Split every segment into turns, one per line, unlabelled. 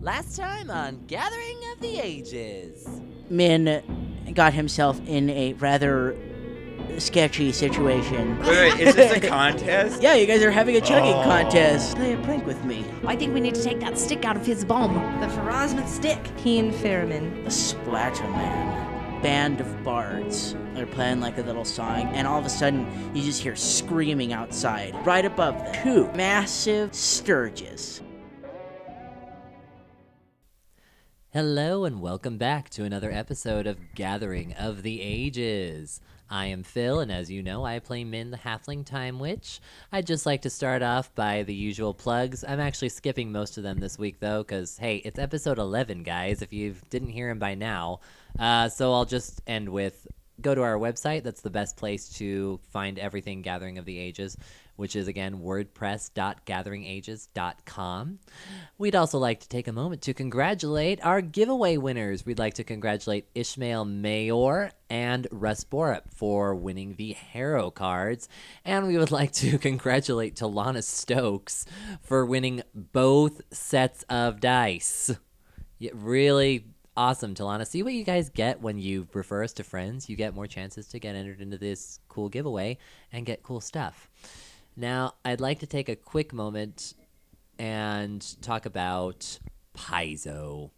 Last time on Gathering of the Ages.
Min got himself in a rather sketchy situation.
Wait, wait, is this a contest?
Yeah, you guys are having a chugging
Oh.
contest. Play a prank with me.
I think we need to take that stick out of his bomb.
The Ferozman stick. Keen Ferriman.
The Splatterman. Band of bards. They're playing like a little song, and all of a sudden, you just hear screaming outside. Right above them, two massive sturges.
Hello, and welcome back to another episode of Gathering of the Ages. I am Phil, and as you know, I play Min the Halfling Time Witch. I'd just like to start off by the usual plugs. I'm actually skipping most of them this week, though, because hey, it's episode 11, guys, if you didn't hear him by now. Uh, so I'll just end with go to our website. That's the best place to find everything Gathering of the Ages, which is again wordpress.gatheringages.com. We'd also like to take a moment to congratulate our giveaway winners. We'd like to congratulate Ishmael Mayor and Russ Borup for winning the Harrow cards. And we would like to congratulate Talana Stokes for winning both sets of dice. Yeah, really awesome, Talana. See what you guys get when you refer us to friends. You get more chances to get entered into this cool giveaway and get cool stuff. Now, I'd like to take a quick moment and talk about Paizo.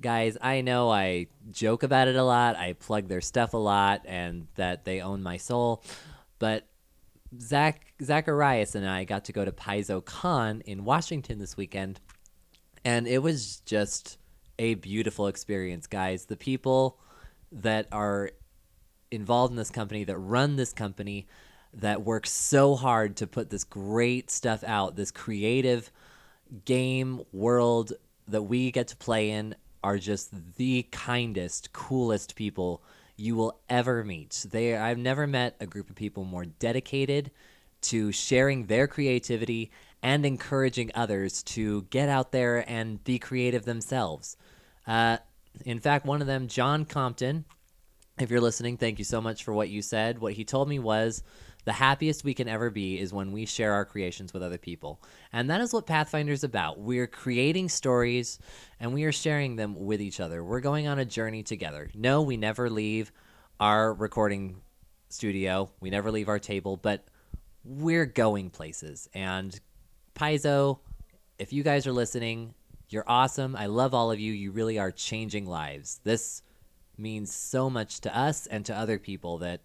Guys, I know I joke about it a lot, I plug their stuff a lot, and that they own my soul, but Zach Zacharias and I got to go to Paizo Con in Washington this weekend and it was just a beautiful experience guys the people that are involved in this company that run this company that work so hard to put this great stuff out this creative game world that we get to play in are just the kindest coolest people you will ever meet they i've never met a group of people more dedicated to sharing their creativity and encouraging others to get out there and be creative themselves. Uh, in fact, one of them, John Compton, if you're listening, thank you so much for what you said. What he told me was the happiest we can ever be is when we share our creations with other people. And that is what Pathfinder is about. We're creating stories and we are sharing them with each other. We're going on a journey together. No, we never leave our recording studio, we never leave our table, but we're going places. And Paizo, if you guys are listening, you're awesome. I love all of you. You really are changing lives. This means so much to us and to other people that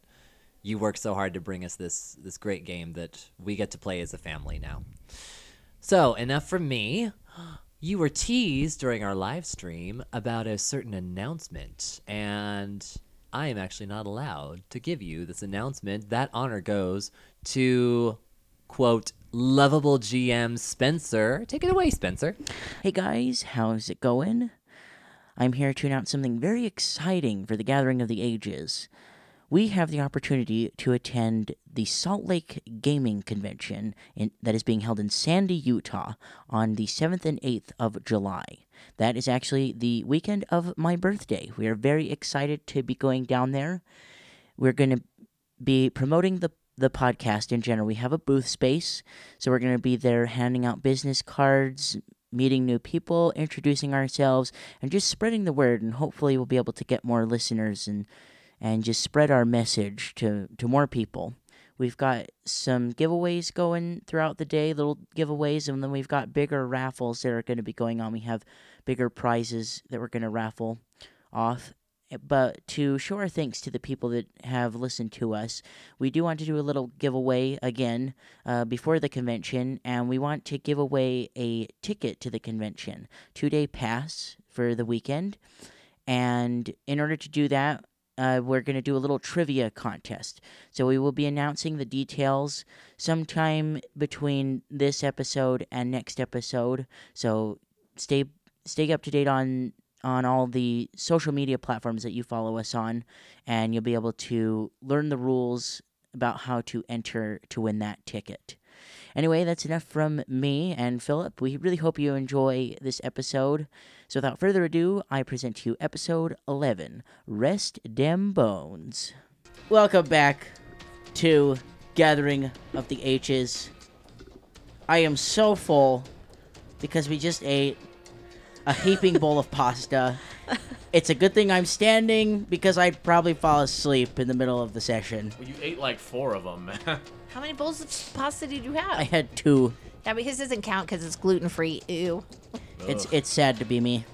you work so hard to bring us this this great game that we get to play as a family now. So, enough from me. You were teased during our live stream about a certain announcement, and I am actually not allowed to give you this announcement. That honor goes to, quote, lovable GM Spencer. Take it away, Spencer.
Hey guys, how's it going? I'm here to announce something very exciting for the Gathering of the Ages. We have the opportunity to attend the Salt Lake Gaming Convention in, that is being held in Sandy, Utah on the 7th and 8th of July. That is actually the weekend of my birthday. We are very excited to be going down there. We're going to be promoting the the podcast in general. We have a booth space, so we're going to be there handing out business cards, meeting new people, introducing ourselves, and just spreading the word. And hopefully, we'll be able to get more listeners and and just spread our message to to more people. We've got some giveaways going throughout the day, little giveaways, and then we've got bigger raffles that are going to be going on. We have bigger prizes that we're going to raffle off. eh, But to show our thanks to the people that have listened to us, we do want to do a little giveaway again uh, before the convention, and we want to give away a ticket to the convention, two day pass for the weekend. And in order to do that, uh, we're going to do a little trivia contest. So we will be announcing the details sometime between this episode and next episode. So stay stay up to date on on all the social media platforms that you follow us on, and you'll be able to learn the rules about how to enter to win that ticket. Anyway, that's enough from me and Philip. We really hope you enjoy this episode. So, without further ado, I present to you episode 11 Rest Dem Bones. Welcome back to Gathering of the H's. I am so full because we just ate a heaping bowl of pasta. It's a good thing I'm standing because I'd probably fall asleep in the middle of the session.
Well, you ate like four of them.
How many bowls of pasta did you
I
have?
had two.
Yeah, but his doesn't count because it's gluten free. Ew.
It's it's sad to be me.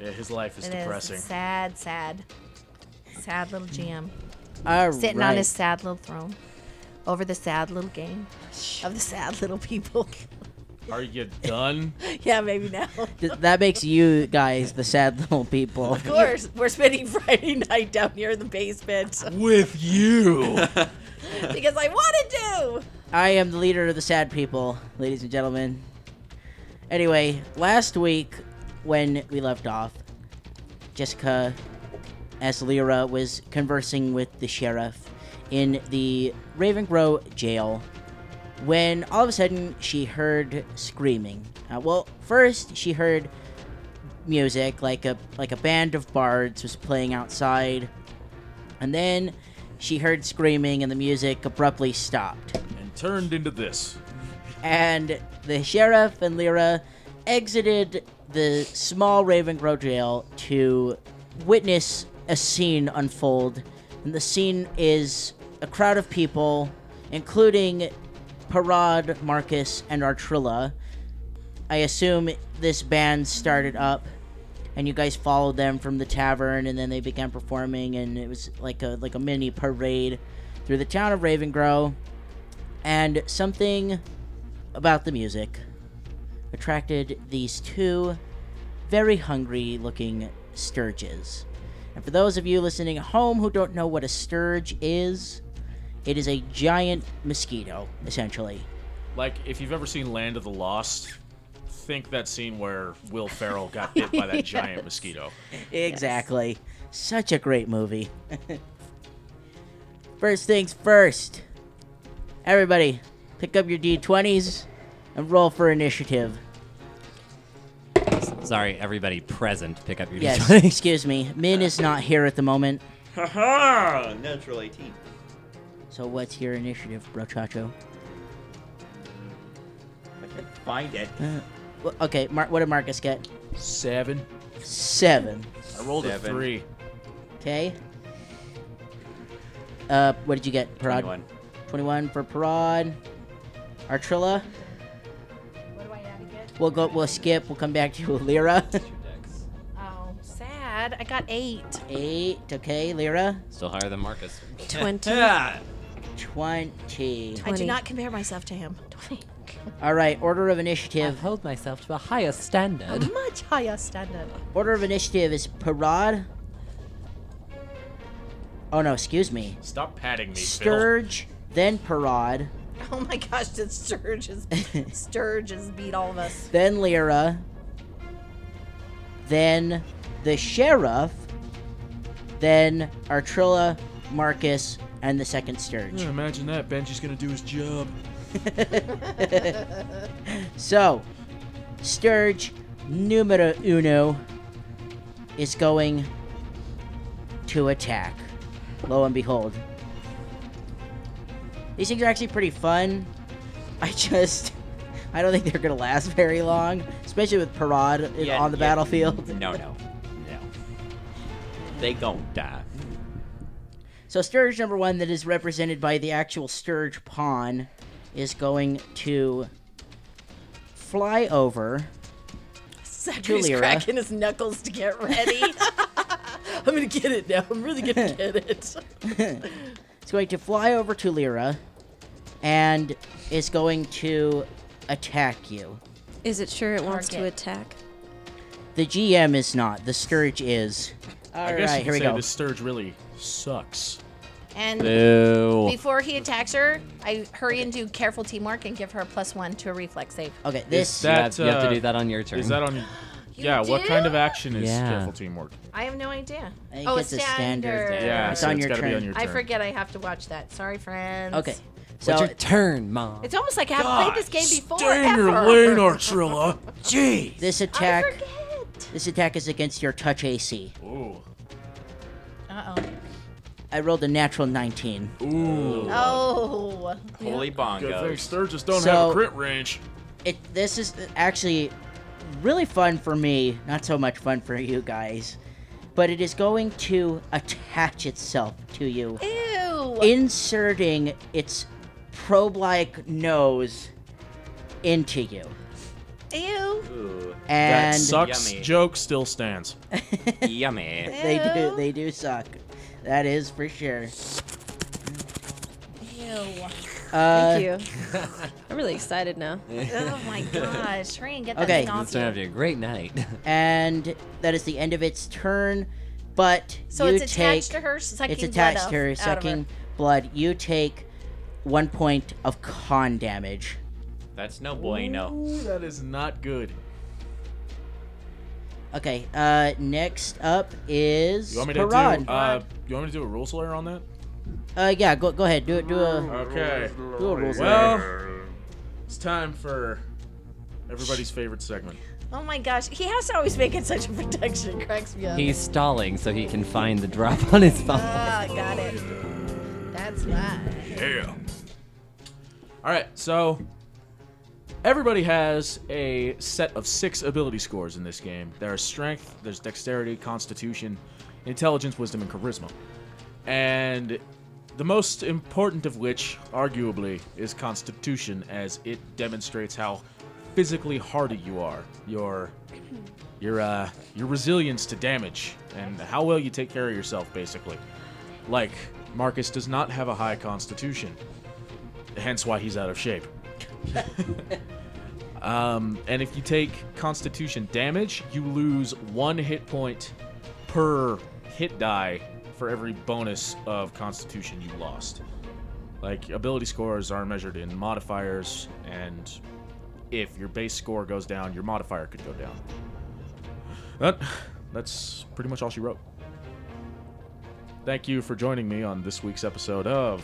yeah, his life is
It is.
depressing.
Sad, sad. Sad little GM.
All
Sitting on
right.
his sad little throne over the sad little game of the sad little people.
Are you done?
yeah, maybe now. Of
Th- that makes you guys the sad little people.
course, we're spending Friday night down here in the basement
With you.
because I wanted to.
I am the leader of the sad people, ladies and gentlemen. Anyway, last week when we left off, Jessica as Lyra was conversing with the sheriff in the Ravengrow jail when all of a sudden she heard screaming. Uh, well, first she heard music like a like a band of bards was playing outside. And then she heard screaming and the music abruptly stopped
and turned into this.
and the sheriff and Lyra exited the small Ravengrow jail to witness a scene unfold. And the scene is a crowd of people, including Parad, Marcus, and Artrilla. I assume this band started up and you guys followed them from the tavern and then they began performing and it was like a like a mini parade through the town of Ravengrow and something about the music attracted these two very hungry looking sturges. And for those of you listening at home who don't know what a sturge is, it is a giant mosquito, essentially.
Like, if you've ever seen Land of the Lost, think that scene where Will Ferrell got bit by that giant mosquito.
Exactly. Such a great movie. first things first. Everybody, pick up your d20s and roll for initiative.
Sorry, everybody present, pick up your
Yes,
d20.
excuse me. Min is not here at the moment.
Haha! Natural 18.
So what's your initiative, brochacho?
I can find it.
Well, Okay, Mar- what did Marcus get?
Seven.
Seven.
I rolled
Seven.
a three.
Okay. Uh, what did you get, Parad?
21.
21 for Parad. Artrilla.
What do I add again?
We'll go. We'll skip. We'll come back to Lyra.
Oh, sad. I got eight.
Eight. Okay, Lyra.
Still higher than Marcus.
20.
Yeah.
Twenty.
I do
Twenty.
not compare myself to him.
All right. Order of
I
initiative.
hold myself to a higher standard.
Much higher standard.
Order of initiative is Parad. Oh no! Excuse me.
Stop patting me,
Sturge, then Parad,
Oh my gosh, did Sturge is Sturge is beat all of us.
then Lyra, then the sheriff, then Artrilla, Marcus, and the second Sturge.
Hmm.
Phil. Imagine that. Benji's gonna do his job.
So, Sturge numero uno is going to attack. Lo and behold. These things are actually pretty fun. I just. I don't think they're going to last very long, especially with Parad in-
Yeah,
on the
yeah.
battlefield.
No, no. No. They gon' die.
So Sturge number one that is represented by the actual Sturge pawn is going to fly over.
Zachary's
Julia.
cracking his knuckles to get ready. I'm gonna get it now. I'm really gonna get it.
It's going to fly over to Lyra and is going to attack you.
Is it sure it wants to
Target.
attack?
The GM is not. The Sturge is.
I
All
guess
right,
you
here we
could say
go.
this Sturge really sucks.
And
Boo.
before he attacks her, I hurry and do careful teamwork and give her a plus one to a reflex save.
Okay,
Is
this
You
that,
have, you have
uh,
to do that on your turn.
Is that on? yeah. What
do?
kind of action is
Yeah.
careful teamwork?
I have no idea.
I think
Oh,
it's a standard.
Yeah,
It's
so
on
it's
your
gotta be
turn.
on your
I
turn.
forget I have to watch that. Sorry, friends.
okay. So
What's your turn, Mom?
It's almost like I haven't played this game before.
Stay in your
ever.
lane, Artrilla. Jeez.
this
I
attack
forget.
this attack is against your touch AC.
Ooh.
Uh
I rolled a natural 19.
Ooh.
oh. Oh.
Holy
Good thing
bongos.
Sturges don't
So-
have a crit range.
It this is actually really fun for me, not so much fun for you guys. But it is going to attach itself to you,
Ew.
inserting its probe like nose into you.
Ew.
Ooh,
And
that sucks
Yummy.
joke still stands.
yummy.
they do
Ew.
they do suck. That is for sure.
Ew.
Uh,
Thank you. I'm really excited now.
Oh my gosh. Hurry and get that
Okay.
thing off.
It's gonna
you.
be a great night.
And that is the end of its turn. But
So
you
it's attached
take,
to her, sucking
It's attached
blood
to her,
off, out of
sucking blood. You take one point of con damage.
That's no bueno.
Ooh, that is not good.
Okay. Uh, next up is
You want me to
Parad.
do? Uh, you want me to do a rule slayer on that?
Uh, yeah. Go, go ahead. Do it. Do
Uh,
a.
Okay.
Do a rules
Well, it's time for everybody's favorite segment.
Oh my gosh. He has to always make it such a protection. It cracks me up.
He's stalling so he can find the drop on his phone.
Ah, got it. That's why.
Yeah. All right, so everybody has a set of six ability scores in this game. There are strength, there's dexterity, constitution, intelligence, wisdom, and charisma. And the most important of which, arguably, is constitution, as it demonstrates how physically hardy you are. Your your uh, your resilience to damage and how well you take care of yourself, basically. Like, Marcus does not have a high constitution, hence why he's out of shape. um, and if you take constitution damage, you lose one hit point per hit die for every bonus of constitution you lost. Like, ability scores are measured in modifiers, and if your base score goes down, your modifier could go down. That, that's pretty much all she wrote. Thank you for joining me on this week's episode of.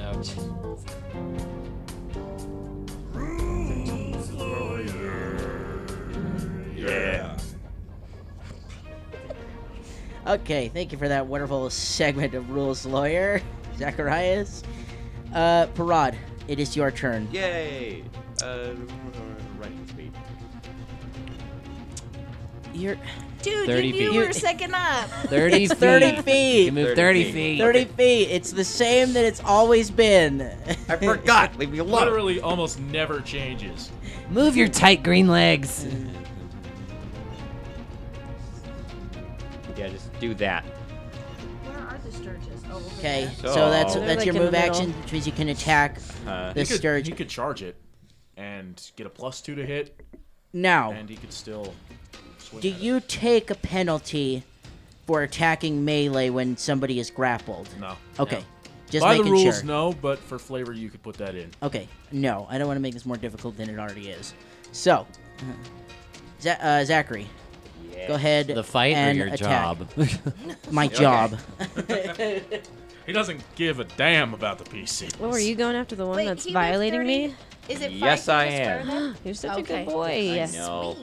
Ouch.
Okay. Thank you for that wonderful segment of rules lawyer, Zacharias. Uh, Parad, it is your turn.
Yay! Uh, right, sweet.
You're
Dude,
30
you knew
feet.
we were second up.
30
it's
feet.
30 feet.
You move 30,
30
feet.
feet.
30 feet. It's the same that it's always been.
I forgot. Leave me alone.
Literally almost never changes.
Move your tight green legs.
Yeah, just do that.
Where are the Sturges? Oh, over
Okay,
there.
so,
So-
that's
They're,
that's
like,
your
in the
move
middle.
action, which means you can attack
Uh,
the
He could,
sturge.
he could charge it and get a plus two to hit,
Now,
and he could still swing.
Oh. do
at it.
you take a penalty for attacking melee when somebody is grappled?
No.
Okay, just
By the
making
rules,
sure.
no, but for flavor, you could put that in.
Okay, no, I don't want to make this more difficult than it already is. So, uh, Z- uh, Zachary, go ahead.
The fight or
and
your
attack.
job?
My job.
He doesn't give a damn about the PC.
What were you going after the one
Wait,
that's
he moved
violating
30?
me?
Is it
Yes,
fine
I
to just
am.
turn them?
You're such a
Okay.
good boy.
I know.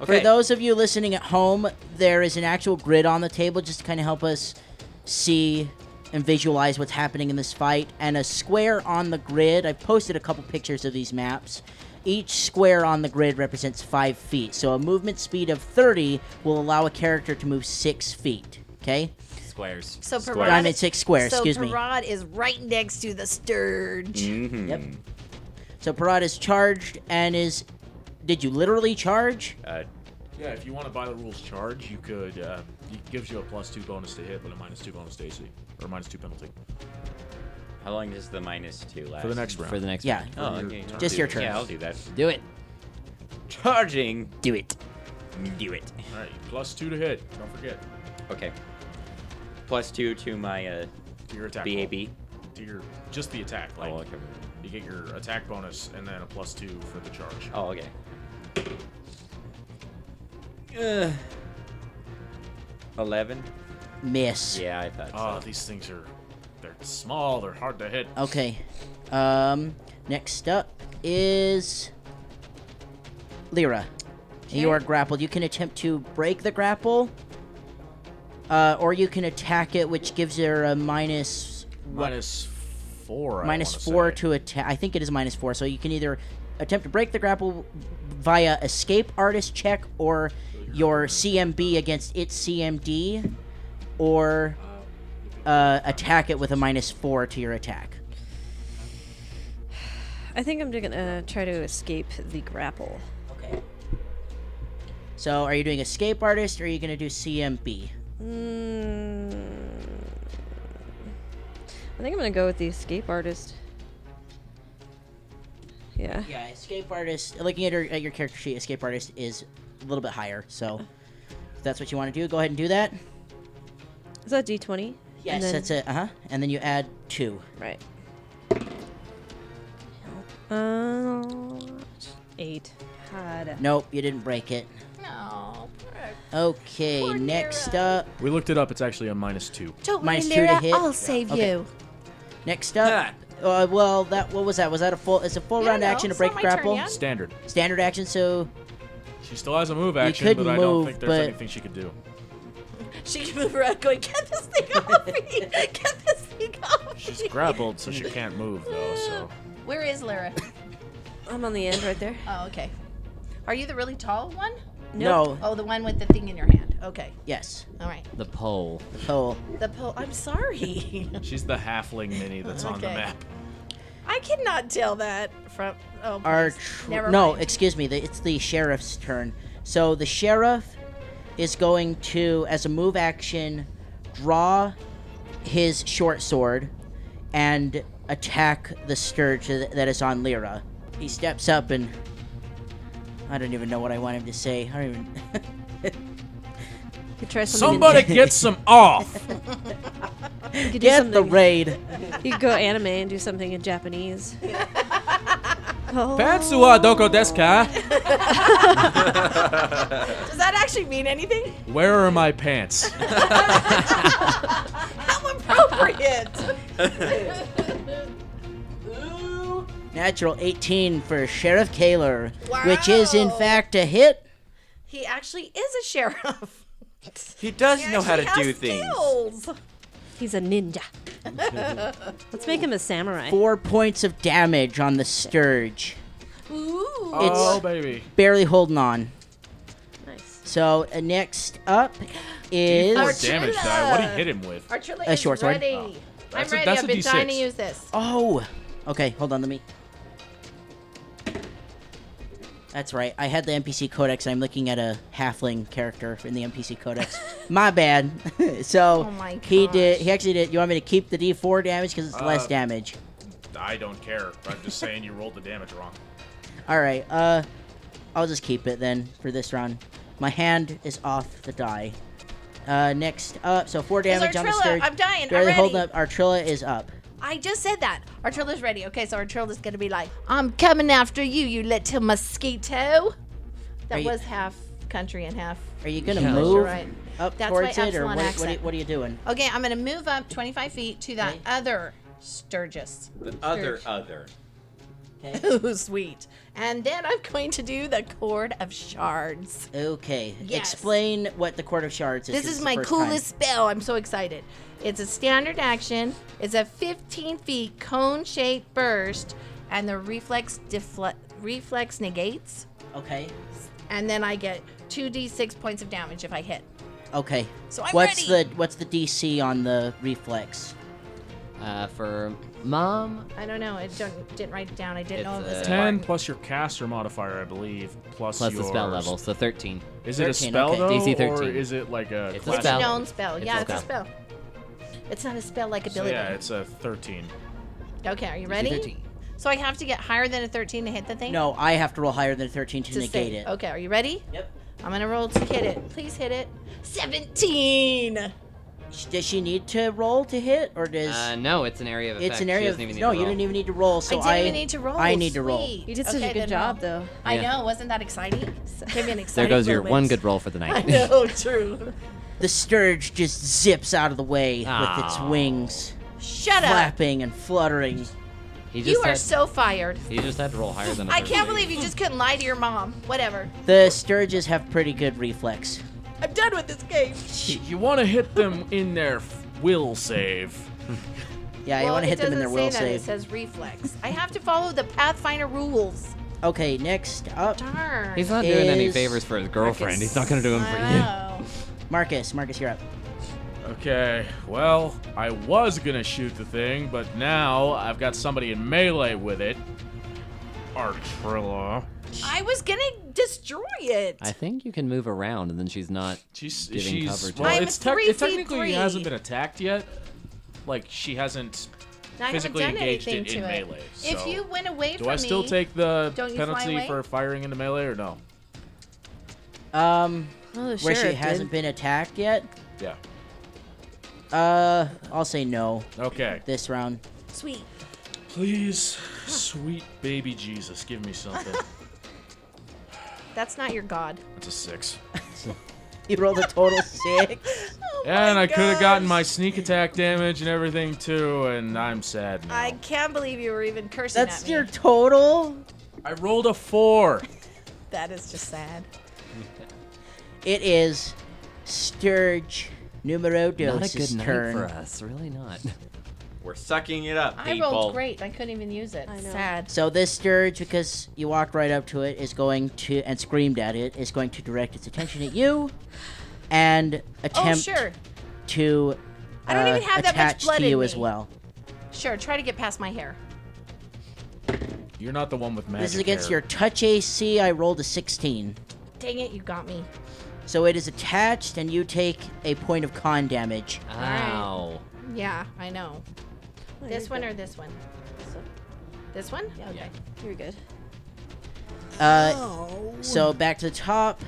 For
Okay.
those of you listening at home, there is an actual grid on the table just to kind of help us see and visualize what's happening in this fight, and a square on the grid. I've posted a couple pictures of these maps. Each square on the grid represents five feet, so a movement speed of 30 will allow a character to move six feet. Okay?
Squares.
So
Square.
Parad,
I meant six squares,
so
excuse me.
Parad is right next to the Sturge.
Mhm.
Yep. So Parad is charged and is. Did you literally charge?
Uh,
Yeah, if you want to buy the rules charge, you could. Uh, it gives you a plus two bonus to hit, but a minus two bonus to AC, or minus two penalty
how long does the minus two last?
for the next round.
For the next
Yeah.
round.
Oh, okay. I'll
Just
do
your
that.
turn.
Yeah, I'll do that.
Do it.
Charging.
Do it.
Do it.
All right, plus two to hit. Don't forget
Okay. Plus two to my uh,
to your attack. roll.
BAB.
to your just the attack. Like
Oh, okay.
you get your attack bonus and then a plus two for the charge.
Oh, okay. Ugh. Uh, Eleven.
Miss.
Yeah, I thought so.
Ah, these things are they're small. They're hard to hit.
Okay. Um. Next up is Lyra. You are grappled. You can attempt to break the grapple, uh, or you can attack it, which gives her a minus
Minus four. I
minus
wanna
four
say.
to attack. I think it is minus four, so you can either attempt to break the grapple via escape artist check or your CMB against its CMD, or uh, attack it with a minus four to your attack.
I think I'm gonna try to escape the grapple.
Okay. So, are you doing escape artist or are you going to do CMB?
Mm, I think I'm gonna go with the escape artist. Yeah.
Yeah, escape artist. Looking at, her, at your character sheet, escape artist is a little bit higher. So, if that's what you want to do, go ahead and do that.
Is that D20?
Yes,
And then-
that's it. Uh huh. And then you add two.
Right. Um, eight. God.
Nope, you didn't break it.
No.
Okay, next up,
We looked it up. It's actually a minus two.
Don't
Minus
worry,
two to
Mira.
hit.
I'll save
Okay.
you.
next up. Uh, well, that what was that? Was that a full? It's a full
Yeah, I
round
know.
action to
It's
break
not my turn
grapple.
yet.
Standard.
Standard action. So
She still has a move action,
could
but I don't
move,
think there's
but-
anything she could do.
She can move around going, get this thing off me! Get this thing off
She's
me!
grappled, so she can't move though. So
Where is Lyra?
I'm on the end right there.
Oh, okay. Are you the really tall one?
no.
Oh, the one with the thing in your hand. Okay.
Yes. Oh.
All right.
The pole.
So
The pole. I'm sorry.
she's the halfling mini that's on the
Okay.
map.
I cannot tell that from. Oh,
our
please.
tr-
Never
no,
mind.
excuse me. The, it's the sheriff's turn. So the sheriff is going to, as a move action, draw his short sword and attack the scourge th- that is on Lyra. He steps up and I don't even know what I want him to say. I don't even.
could try something.
Somebody get some off.
You could do
Get the
something-
raid.
You could go anime and do something in Japanese. oh.
Pantsua doko desu ka?
Does that actually mean anything?
Where are my pants?
How appropriate!
Natural 18 for Sheriff Kaler, which
Wow.
is in fact a hit.
he actually is a sheriff.
He does
He
know how to
actually
do
has
things.
skills.
He's a ninja. Let's make him a samurai.
Four points of damage on the Sturge.
Ooh.
oh baby.
Barely holding on.
Nice.
So uh, next up is.
Four
Our
damage
Archula.
die. What do you hit him with?
Archula
A
is
short sword.
Oh,
ready. I'm
That's a-
ready.
that's
I've
a
been trying to
D6.
use this.
oh! Okay, hold on, let me. That's right. I had the NPC codex. And I'm looking at a halfling character in the NPC codex. My bad. so
Oh my
he did.
gosh.
He actually did. You want me to keep the D4 damage because it's less
Uh,
damage.
I don't care. I'm just saying you rolled the damage wrong.
All right. Uh, I'll just keep it then for this round. My hand is off the die. Uh, next up, so four
There's
damage on the
Artrilla.
sturge.
I'm dying. I'm
Barely holding
ready.
up. Artrilla is up.
I just said that. Artrilla's ready. Okay, so Artrilla's gonna be like, I'm coming after you, you little mosquito.
Are
That
you-
was half country and half.
Are you gonna
Yeah.
move
You're right.
up
That's my
towards it, or
Epsilon
what, what, are you,
accent.
what are you doing?
Okay, I'm gonna move up 25 feet to that other Sturgis.
The other, other.
Ooh, sweet. And then I'm going to do the Chord of Shards.
Okay.
Yes.
Explain what the Court of Shards is.
This
'cause
is
it's the
my
first time.
coolest spell. I'm so excited. It's a standard action. It's a 15 feet cone shaped burst, and the reflex defle- reflex negates.
Okay.
And then I get 2d6 points of damage if I hit.
Okay.
So I'm
what's
ready.
the what's the DC on the reflex?
Uh, for mom,
I don't know. I don't, didn't write it down. I didn't know it
It's,
was
uh,
Ten
important.
plus your caster modifier, I believe, plus,
plus
your
the spell level, so 13.
Is it a
13,
spell
okay.
though,
DC
or
13.
is it like a?
It's a
class-
It's a
spell.
known spell.
It's
yeah,
a
it's a spell. It's not a spell like
So,
ability.
yeah, it's a thirteen.
okay, are you ready?
13.
So I have to get higher than a 13 to hit the thing?
No, I have to roll higher than 13 to,
To
negate
save.
it.
Okay, are you ready?
Yep.
I'm gonna roll to hit it. Please hit it. 17!
Sh- Does she need to roll to hit, or does?
Uh, no, it's an area of effect.
It's an
She
area.
doesn't
of,
even need
no,
to
you
roll.
didn't even need to roll. So
I
I,
didn't even need to roll.
I need to roll.
Sweet.
You did such
Okay,
a good
then
job,
roll.
though.
I
Yeah.
know. Wasn't that exciting? Give me an
There
exciting
goes your
moment.
one good roll for the
I
night.
know, true.
The sturge just zips out of the way with its
Aw.
wings,
Shut up.
flapping and fluttering.
he just
You are
had,
so fired.
He just had to roll higher than. I
I can't believe you just couldn't lie to your mom. Whatever.
The sturges have pretty good reflex.
I'm done with this game.
You want to hit them in their f- will save.
Yeah, you
Well,
want to
it
hit them in their
doesn't
will
say that,
save.
It says reflex. I have to follow the Pathfinder rules.
Okay, next up,
Darn.
He's not doing any
Is-
favors for his girlfriend. He's not
Marcus.
going to do them for you.
Wow.
Marcus. Marcus, you're up.
Okay, well, I was gonna shoot the thing, but now I've got somebody in melee with it. Artrilla.
I was gonna destroy it.
I think you can move around, and then she's not.
She's
Giving cover
she's
to
well,
it. I'm
it's tec-
three
it
feet
technically
three.
hasn't been attacked yet. Like she hasn't
I haven't
physically
done
engaged
anything
it
to
in
it.
melee.
If
so-
you went away
do
from
I still
me,
take the
don't you fly
penalty
away?
for firing into melee or no?
Um,
Well, the
where she
sheriff
hasn't
did.
been attacked yet.
Yeah.
Uh, I'll say no
Okay.
this round.
sweet.
Please, sweet baby Jesus, give me something.
That's not your god.
That's a six.
You rolled a total six.
Oh
and I could have gotten my sneak attack damage and everything too, and I'm sad now.
I
I,
can't believe you were even cursing at
That's
me.
your total.
rolled a four.
That is just sad.
It is Sturge numero
Not a good
dose's
night
turn.
for us. Really not.
We're sucking it up,
I
people.
rolled great. I couldn't even use it.
I know.
Sad.
So this Sturge, because you walked right up to it, is going to and screamed at it, is going to direct its attention at you, and
Oh
attempt
sure,
to
I don't
uh,
even have that much
attach
blood
to
in
you as
me.
well.
sure. Try to get past my hair.
You're not the one with magic.
this is against
hair.
your touch AC. I rolled a 16,
Dang it, you got me.
so it is attached, and you take a point of con damage.
Ow.
Yeah, I know.
Oh,
This
you're
one
good.
or this one? This one? Yeah. Okay.
You're good.
Uh, So back to the top.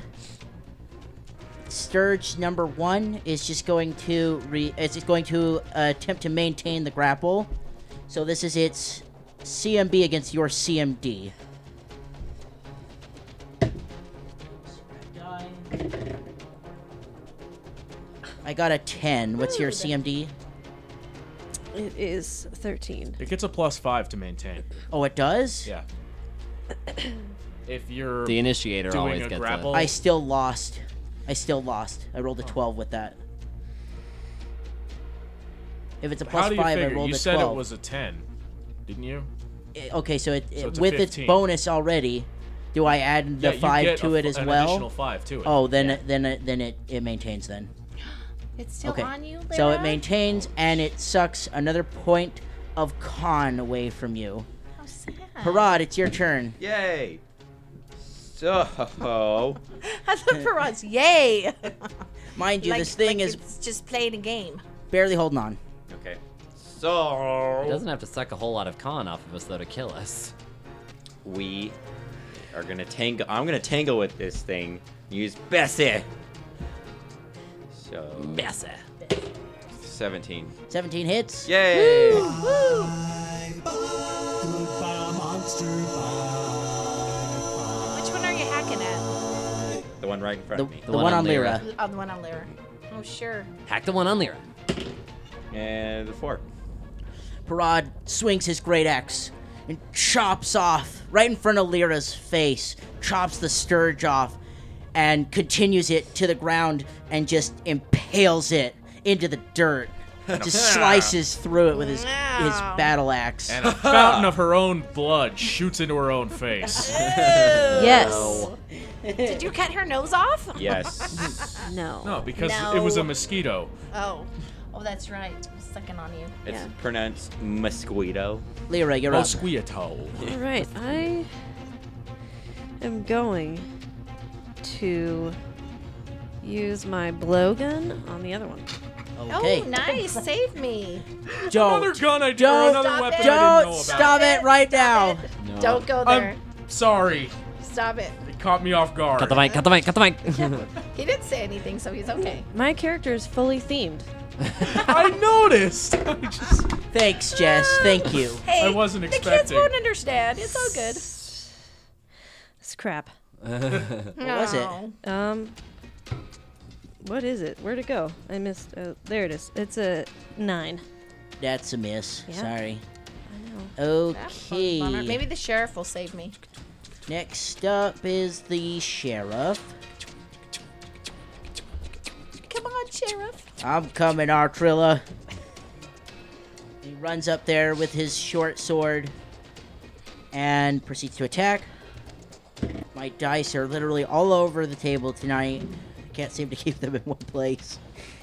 Sturge number one is just going to re- it's just going to uh, attempt to maintain the grapple. So this is its CMB against your CMD. I got a ten. What's your CMD?
It is 13.
It gets a plus five to maintain.
Oh, it does.
Yeah. if you're
The initiator
doing
always
a
gets
grapple,
I still lost. I still lost. I
Oh.
rolled a twelve with that. If it's a
how
plus
do you
five, I
figure?
rolled
You
a
said
twelve.
it was a ten, didn't you?
I- okay, so, it, it-
it's a
with its
15.
bonus already, do I add the
you
five
get
to
a
it
f-
as
an
well?
Additional five to it.
Oh, then it then it, then it, it maintains then.
It's still
Okay,
on you,
so it
Lyra?
maintains and it sucks another point of con away from you.
How sad.
Parad, it's your turn.
Yay. So,
I love Parrots. Yay!
Mind you,
Like-
this thing
like
is
it's just playing a game.
barely holding on.
okay.
It
So
doesn't have to suck a whole lot of con off of us though to kill us.
we are gonna tango. I'm gonna tango with this thing. Use Bessie. So Bessie. Seventeen.
Seventeen hits.
Yay!
Which one are you hacking at?
The one right in front
The,
of me.
the one, on Lyra.
Oh, the one on Lyra. Oh, sure.
Hack the one on Lyra.
And the four.
Parad swings his great axe and chops off right in front of Lyra's face, chops the sturge off, and continues it to the ground and just impales it into the dirt. Just slices through it with his, his
Wow.
battle axe.
And a fountain of her own blood shoots into her own face.
Yes.
Did you cut her nose off?
Yes.
No.
No, because it was
No.
a mosquito.
Oh. Oh, that's right. I'm sucking on you.
It's
Yeah.
pronounced mosquito.
Lyra,
Oh,
you're up.
Mosquito.
All right, I am going to use my blowgun on the other one.
Okay.
Oh, nice. Save me.
Another
Don't.
gun I did.
Don't-
Another
Stop it.
weapon I didn't
Don't
know
stop it right now.
No.
Don't go
about.
there.
I'm sorry.
Stop it.
It caught me off guard.
Cut the mic. Cut the mic. Cut the mic.
He didn't say anything, so he's okay.
My character is fully themed.
I noticed. I, just,
Thanks, Jess. Thank you.
Hey,
I wasn't
the kids
expecting.
won't understand. It's all good.
It's crap.
What was it?
No.
Um, what is it? Where'd it go? I missed. Oh, there it is. It's a nine.
That's a miss.
Yeah.
Sorry.
That's a
Okay.
bummer. Maybe the sheriff will save me.
Next up is the sheriff.
Come on, sheriff.
I'm coming, Artrilla. He runs up there with his short sword and proceeds to attack. My dice are literally all over the table tonight. I can't seem to keep them in one place.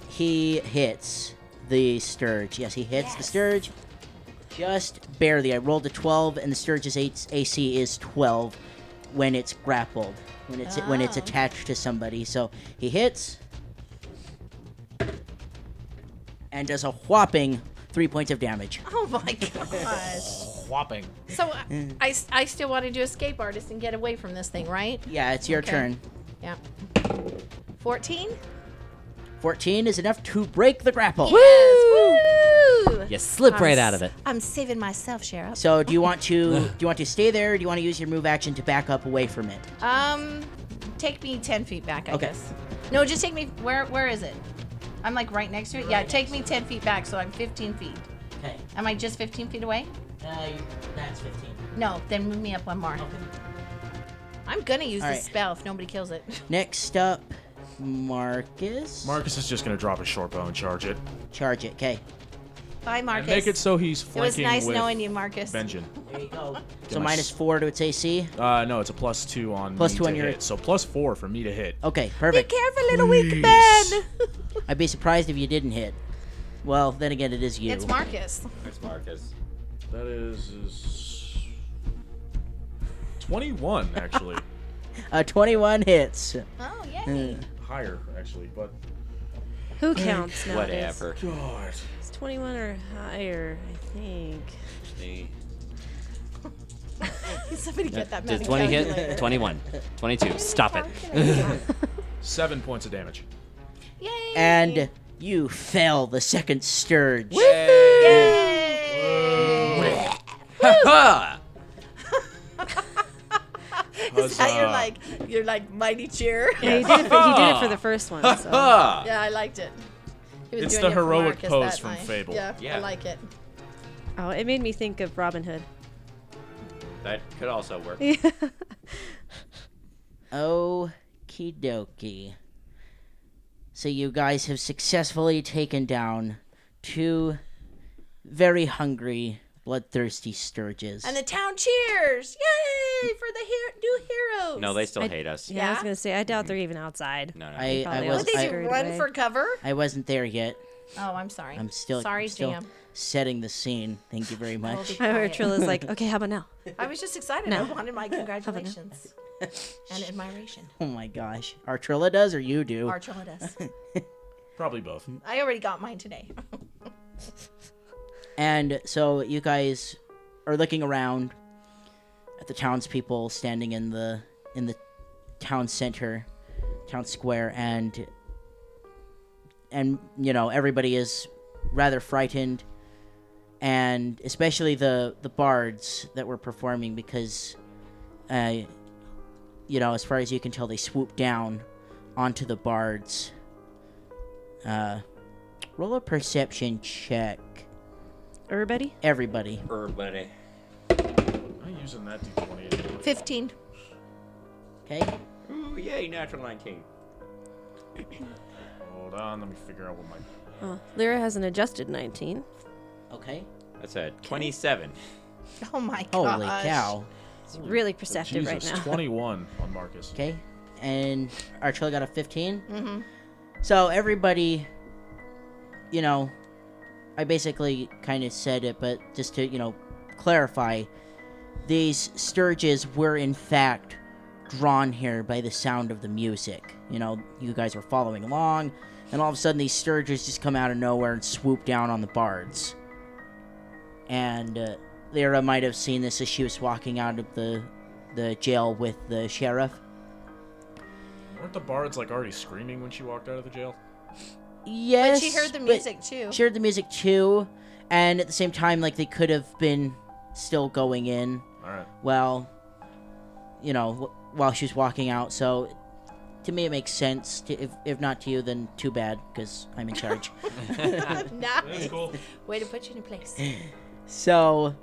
He hits the Sturge. Yes, he hits the Sturge. Just barely. I rolled a 12, and the Sturge's eight- AC is 12 when it's grappled, when it's when it's attached to somebody. So he hits and does a whopping three points of damage.
Oh my gosh.
Whopping.
So I, I s- I still want to do escape artist and get away from this thing, right?
Yeah, it's your
Okay.
turn.
Yeah. 14?
14 is enough to break the grapple.
Yes, woo!
You slip
I'm
right
s-
out of it.
I'm saving myself, Sheriff.
So do you want to do you want to stay there? Or do you want to use your move action to back up away from it?
Um, take me 10 feet back, I
Okay.
guess. No, just take me. Where Where is it? I'm like right next to it. Yeah, take me 10 feet back, so I'm 15 feet.
Okay,
Am I just 15 feet away?
uh, that's 15.
No, then move me up one more. I'm gonna use
Oh. All
this
right.
spell if nobody kills it.
Next up, Marcus.
Marcus is just gonna drop his short bow and charge it.
Charge it. Okay.
Bye,
And
Marcus.
make it so he's
It
flanking
was nice
with
knowing you, Marcus.
Benjen.
There you go.
Get
So
my
minus
s-
four to its AC.
Uh, no, it's a plus two on
Plus
me
two
to
on your- Oh.
hit. So plus four for me to hit.
Okay,
Be
perfect.
careful, little weak
Please.
Ben.
I'd be surprised if you didn't hit. Well, then again, it is you.
It's Marcus.
That's Marcus.
That is, is twenty-one actually.
Uh, 21 hits.
Oh yay!
Higher actually, but
Who counts now?
Whatever.
God.
It's 21 or higher, I think.
Me.
Somebody get that
Does
magic
20
calculator.
hit? 21. 22. Stop it.
Seven points of damage.
Yay!
And you fell the second Sturge.
Yay!
Ah!
Is that your
Huzzah.
like your like mighty cheer?
Yeah, he, did it for, he did it for the first one. So.
Ah!
yeah, I liked it. He was
It's
doing
the
it for
heroic
Marcus
pose
that
from
night.
Fable.
Yeah, I
Yeah.
like it.
Oh, it made me think of Robin Hood.
That could also work.
Okie dokie. So you guys have successfully taken down two very hungry, bloodthirsty Sturges.
And the town cheers! Yay for the her- new heroes!
No, they still
I-
hate us.
Yeah, I was
Yeah?
gonna say I doubt they're even outside.
Mm-hmm. No, no.
I, I,
Probably
was,
What they
I,
do?
Screwed
Run
away.
for cover?
I wasn't there yet.
Oh, I'm sorry.
I'm still
sorry,
I'm still
Jam.
setting the scene. Thank you very much.
My where Trilla's like, okay, how about now?
I was just excited. I wanted my congratulations and admiration.
Oh my gosh. Artrilla does or you do?
Archula does.
Probably both.
I already got mine today.
And so you guys are looking around at the townspeople standing in the in the town center, town square, and and you know everybody is rather frightened, and especially the the bards that were performing because, uh, you know, as far as you can tell, they swooped down onto the bards. Uh, roll a perception check
Everybody?
everybody.
Everybody.
I'm using that d20 anymore.
Fifteen.
Okay.
Ooh, yay, natural 19.
Hold on, let me figure out what my.
Oh, Lyra has an adjusted 19.
Okay.
That's a 27.
Oh my god.
Holy cow.
It's really perceptive
Jesus,
right now.
21 on Marcus.
Okay. And Archilla got a 15. Mm-hmm. So everybody, you know, I basically kind of said it, but just to, you know, clarify, these Sturges were in fact drawn here by the sound of the music. You know, you guys were following along, and all of a sudden these Sturges just come out of nowhere and swoop down on the bards. And uh, Lyra might have seen this as she was walking out of the the jail with the sheriff.
Weren't the bards like already screaming when she walked out of the jail?
Yes.
But she heard the music too.
She heard the music too, and at the same time, like they could have been still going in
All right.
while, you know, wh- while she's walking out. So, to me, it makes sense. To, if if not to you, then too bad, because I'm in charge.
nice.
cool.
Way to put you in place.
So,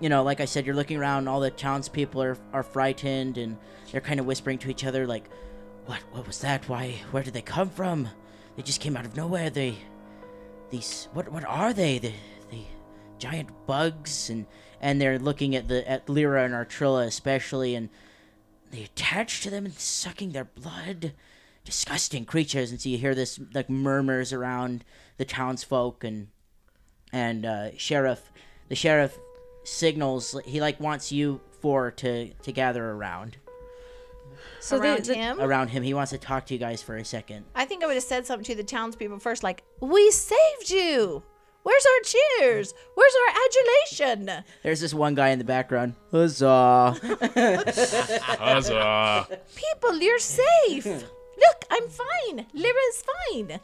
you know, like I said, you're looking around. All the townspeople are are frightened, and they're kind of whispering to each other, like, "What? What was that? Why? Where did they come from? They just came out of nowhere. They, these, what? What are they? The, the giant bugs?" And and they're looking at the at Lyra and Artrilla especially, and They attach to them and sucking their blood. Disgusting creatures. And so you hear this like murmurs around the townsfolk and and uh, sheriff. The sheriff signals he like wants you four to to gather around
So
around
the, the,
him.
around him. He wants to talk to you guys for a second.
I think I would have said something to the townspeople first, like, "We saved you. Where's our cheers? Where's our adulation?"
There's this one guy in the background. Huzzah!
Huzzah.
People, you're safe. Look, I'm fine. Lyra's fine.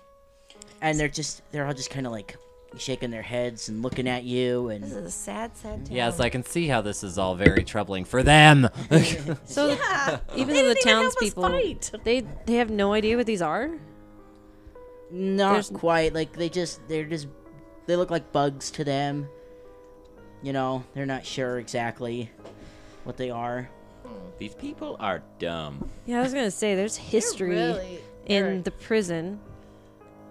and they're just they're all just kind of like shaking their heads and looking at you and
This is a sad, sad town.
Yes, I can see how this is all very troubling for them.
so
They
even though the
didn't even help us
townspeople,
fight.
they they have no idea what these are.
not
There's-
quite like they just they're just they look like bugs to them you know they're not sure exactly what they are
These people are dumb.
Yeah, I was gonna say there's history
really-
in
they're-
the prison.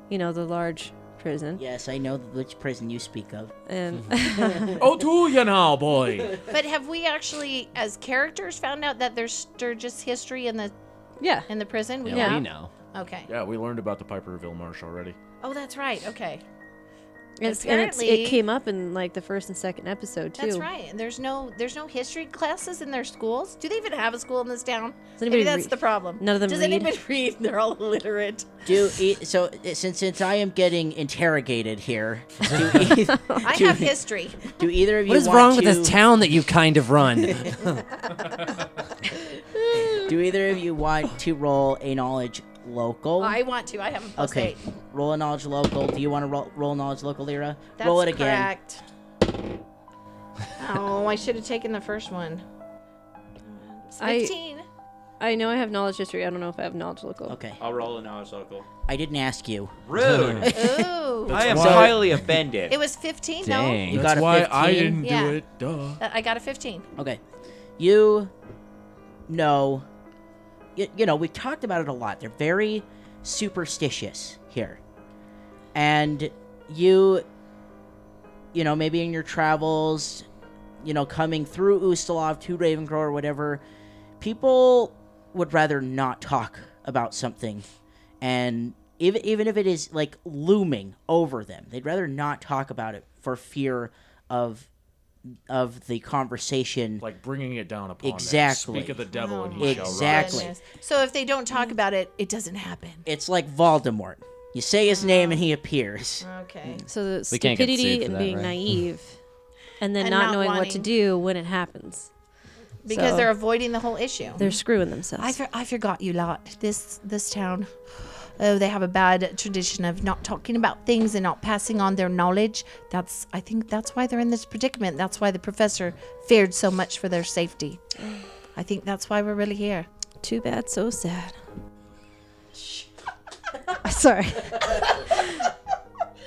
You know, the large prison.
yes i know which prison you speak of
And
Mm-hmm.
Oh, do you now, boy?
But have we actually, as characters, found out that there's Sturgis history in the
yeah,
in the prison? We
yeah,
Yeah.
we know.
know. Okay.
yeah, we learned about the Piperville Marsh already.
Oh, that's right. Okay.
it's, and it's, it
Apparently-
came up in like the first and second episode too.
That's right. And There's no there's no history classes in their schools. Do they even have a school in this town? Maybe
anybody
that's
read-
the problem.
none of them
Does
read?
anybody read? They're all illiterate.
do e- so since since i am getting interrogated here do, e-
I
do,
have history.
do either of you
What is
want
wrong with
to,
this town that you kind of run?
do either of you want to roll a knowledge local
Oh,
Oh.
I want to. I have a post
okay
eight.
roll a knowledge local do you want to roll, roll knowledge local lyra
That's
roll it again
correct. oh, I should have taken the first one. It's
I-
15.
I know I have knowledge history. I don't know if I have knowledge local.
Okay.
I'll roll a knowledge local.
I didn't ask you.
Rude.
Ooh.
I am
why-
highly offended.
It was 15,
Dang.
You
That's
got a
why
15.
I didn't
Yeah.
do it. Duh.
no? Uh, I got a 15.
Okay. You know, you, you know, we've talked about it a lot. They're very superstitious here. And you, you know, maybe in your travels, you know, coming through Ustalov to Ravencrow or whatever, people would rather not talk about something. And even, even if it is like looming over them, they'd rather not talk about it for fear of of the conversation
Like bringing it down upon them.
Exactly.
Speak of the devil and
my
he shall rise.
Exactly.
Goodness. So if they don't talk about it, it doesn't happen.
it's like Voldemort. You say his name and he appears.
Okay.
So the
We can't get sued
stupidity
for
and
that,
being
right? Mm.
naive, and then
And
not,
not
knowing what to
wanting-
do when it happens.
Because
So-
they're avoiding the whole issue.
They're
Mm.
screwing themselves.
I, for, I forgot you lot. This this town, oh, they have a bad tradition of not talking about things and not passing on their knowledge. That's I think that's why they're in this predicament. That's why the professor feared so much for their safety. I think that's why we're really here.
Too bad, so sad. Sorry.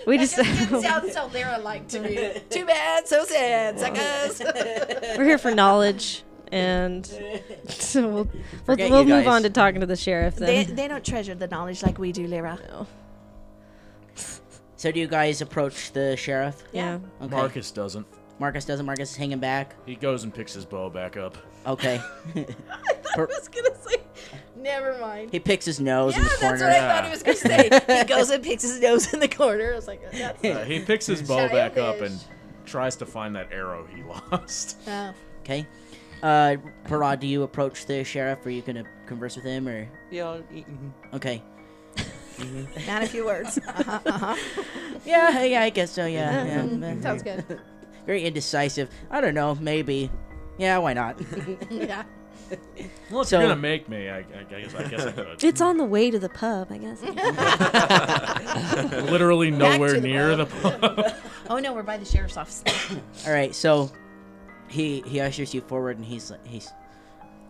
we just
sounds so Lyra-like to me. Too bad, so sad, uh, suckers.
we're here for knowledge, and so we'll we'll,
Forget
we'll
you
move
guys.
on to talking to the sheriff
they,
then.
they don't treasure the knowledge like we do, Lyra.
So do you guys approach the sheriff?
yeah.
Okay.
Marcus doesn't.
Marcus doesn't. Marcus is hanging back.
He goes and picks his bow back up.
Okay.
I was gonna say, never mind.
he picks his nose in the corner.
thought he was gonna say. He goes and picks his nose in the corner. I was like, that's
Uh, he picks his bow back up and tries to find that arrow he lost.
Oh.
Okay. Uh, Parad, do you approach the sheriff? Are you gonna converse with him or?
Yeah, mm,
Okay.
Not a few words. Uh-huh, uh-huh.
Yeah. Yeah. I guess so. Yeah. yeah.
Sounds good.
Very indecisive. I don't know. Maybe. Yeah. Why not?
Yeah.
Unless
So-
you're gonna make me, I, I guess I guess I could.
It's on the way to the pub, I guess.
Literally nowhere
the
near the pub.
Oh no, we're by the sheriff's office.
All right, so he he ushers you forward, and he's like, he's,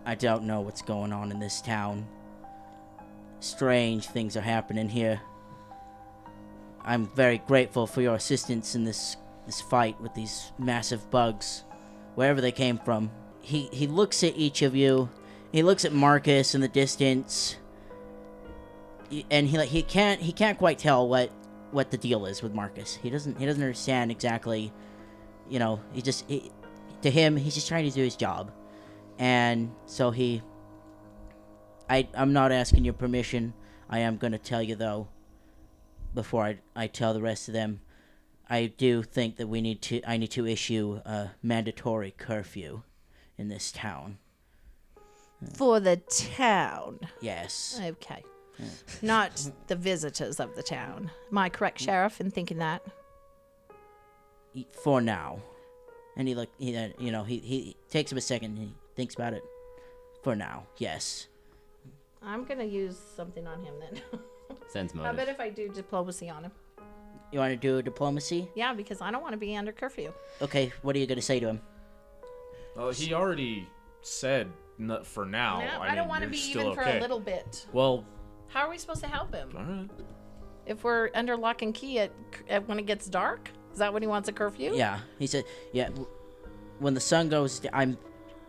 I don't know what's going on in this town. Strange things are happening here. I'm very grateful for your assistance in this this fight with these massive bugs, wherever they came from. He he looks at each of you. He looks at Marcus in the distance. y- And he like he can't he can't quite tell what what the deal is with Marcus. He doesn't he doesn't understand exactly you know, he just he, to him he's just trying to do his job, and so he I I'm not asking your permission. I am gonna tell you though. Before I I tell the rest of them, I do think that we need to I need to issue a mandatory curfew in this town.
for the town.
Yes.
Okay. Not the visitors of the town. Am I correct, Sheriff, in thinking that?
for now. And he look, he then you know he he takes him a second. And he thinks about it. For now, yes.
I'm going to use something on him then.
Sense
How about
motive.
if I do diplomacy on him?
You want to do diplomacy?
Yeah, because I don't want to be under curfew.
Okay. What are you gonna say to him?
Uh, he already said n- for now.
no,
I,
I, don't
want to
be even for a little bit.
Well,
How are we supposed to help him?
all right.
If we're under lock and key at, at when it gets dark? Is that when he wants a curfew?
Yeah. He said, yeah. w- When the sun goes, d- I'm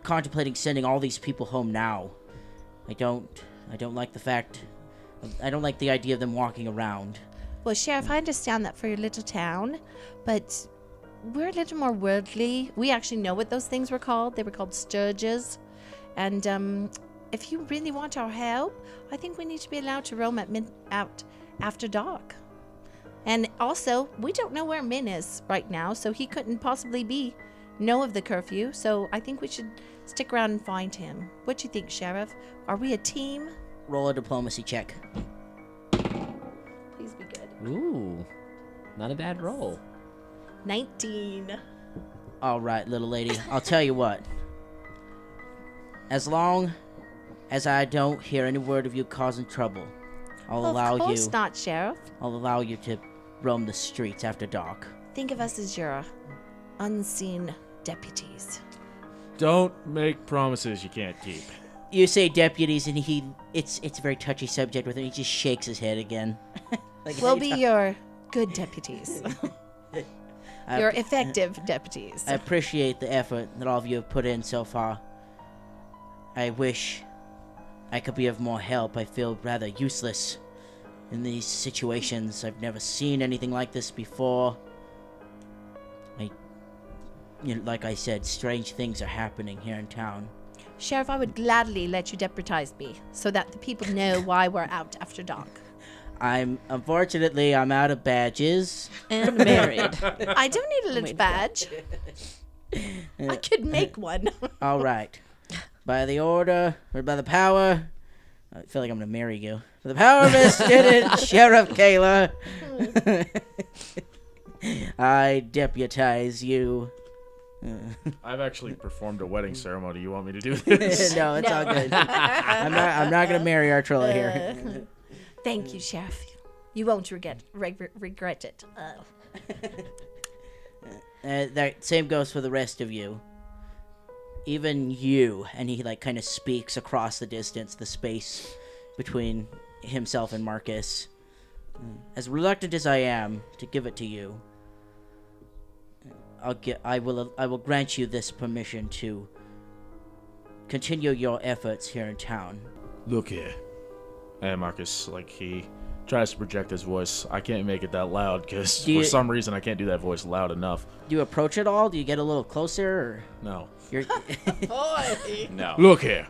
contemplating sending all these people home now. I don't. I don't like the fact. I don't like the idea of them walking around.
Well, Sheriff, I understand that for your little town, but we're a little more worldly. We actually know what those things were called. They were called sturges. And um, if you really want our help, I think we need to be allowed to roam at mid- out after dark. And also, we don't know where Min is right now, so he couldn't possibly be know of the curfew. So I think we should stick around and find him. What do you think, Sheriff? Are we a team?
Roll a diplomacy check.
Please be good.
Ooh, not a bad roll.
19.
All right, little lady. I'll tell you what. As long as I don't hear any word of you causing trouble, I'll allow
of course
you.
not, Sheriff.
I'll allow you to roam the streets after dark.
Think of us as your unseen deputies.
Don't make promises you can't keep.
You say deputies, and he it's it's a very touchy subject with him. He just shakes his head again. like,
We'll be your good deputies,
Uh,
I,
your effective deputies.
I appreciate the effort that all of you have put in so far. I wish I could be of more help. I feel rather useless in these situations. I've never seen anything like this before. I, you know, like I said, strange things are happening here in town.
Sheriff, I would gladly let you deputize me so that the people know why we're out after dark.
I'm unfortunately I'm out of badges.
And married.
I do
Oh
need a little badge. I could make one.
All right. By the order, or by the power, I feel like I'm gonna marry you. By the power of Miss Student Sheriff Kayla, I deputize you.
I've actually performed a wedding ceremony. You want me to do this?
no, it's all good. I'm not. I'm not gonna marry Artrilla here.
Thank you, Sheriff. You won't regret reg- regret it. Uh,
Uh, that same goes for the rest of you. Even you, and he like kind of speaks across the distance, the space between himself and Marcus. Mm. As reluctant as I am to give it to you, I'll get. I will. I will grant you this permission to continue your efforts here in town.
Look here. And Marcus, like he tries to project his voice. I can't make it that loud because
you-
for some reason I can't do that voice loud enough.
Do you approach at all? Do you get a little closer? Or
No.
you're,
No.
Look here.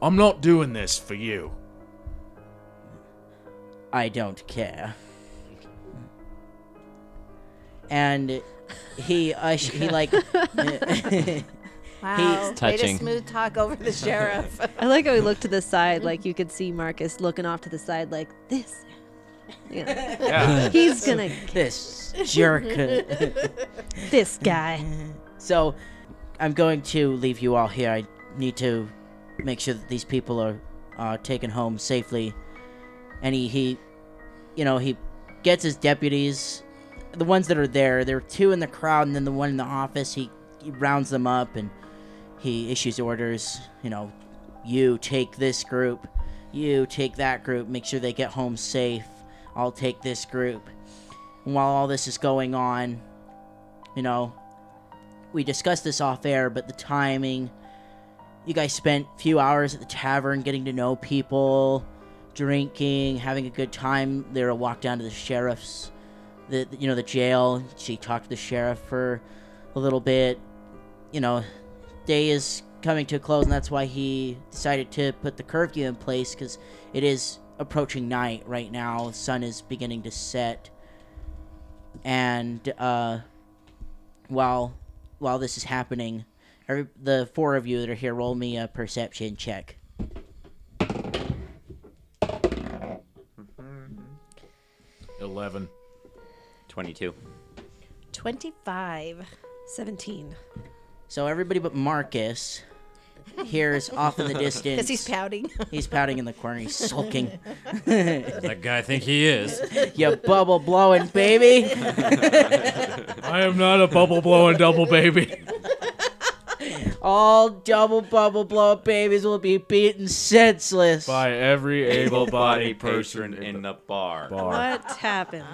I'm not doing this for you.
I don't care. And he ush- he like
wow. Way
touching.
to smooth talk over the sheriff.
I like how he looked to the side, like you could see Marcus looking off to the side, like this. You know,
Yeah.
he's gonna
this jerk.
this guy.
so I'm going to leave you all here. I need to make sure that these people are are taken home safely. And he, he you know, he gets his deputies, the ones that are there. There are two in the crowd, and then the one in the office. He, he rounds them up and he issues orders. You know, you take this group, you take that group. Make sure they get home safe. I'll take this group. And while all this is going on, you know, we discussed this off air, but the timing. You guys spent a few hours at the tavern getting to know people, drinking, having a good time. They were a walk down to the sheriff's, the you know the jail. She talked to the sheriff for a little bit. You know, day is coming to a close, and that's why he decided to put the curfew in place because it is approaching night right now. The sun is beginning to set, and uh, while while this is happening, every, the four of you that are here, roll me a perception check.
Eleven.
22.
25.
17.
So everybody but Marcus hears off in the distance.
Because he's pouting.
He's pouting in the corner. He's sulking.
That guy I think he is.
you bubble blowing baby.
I am not a bubble blowing double baby.
All double bubble blow up babies will be beaten senseless.
By every able-bodied person in the
bar.
bar.
What happened?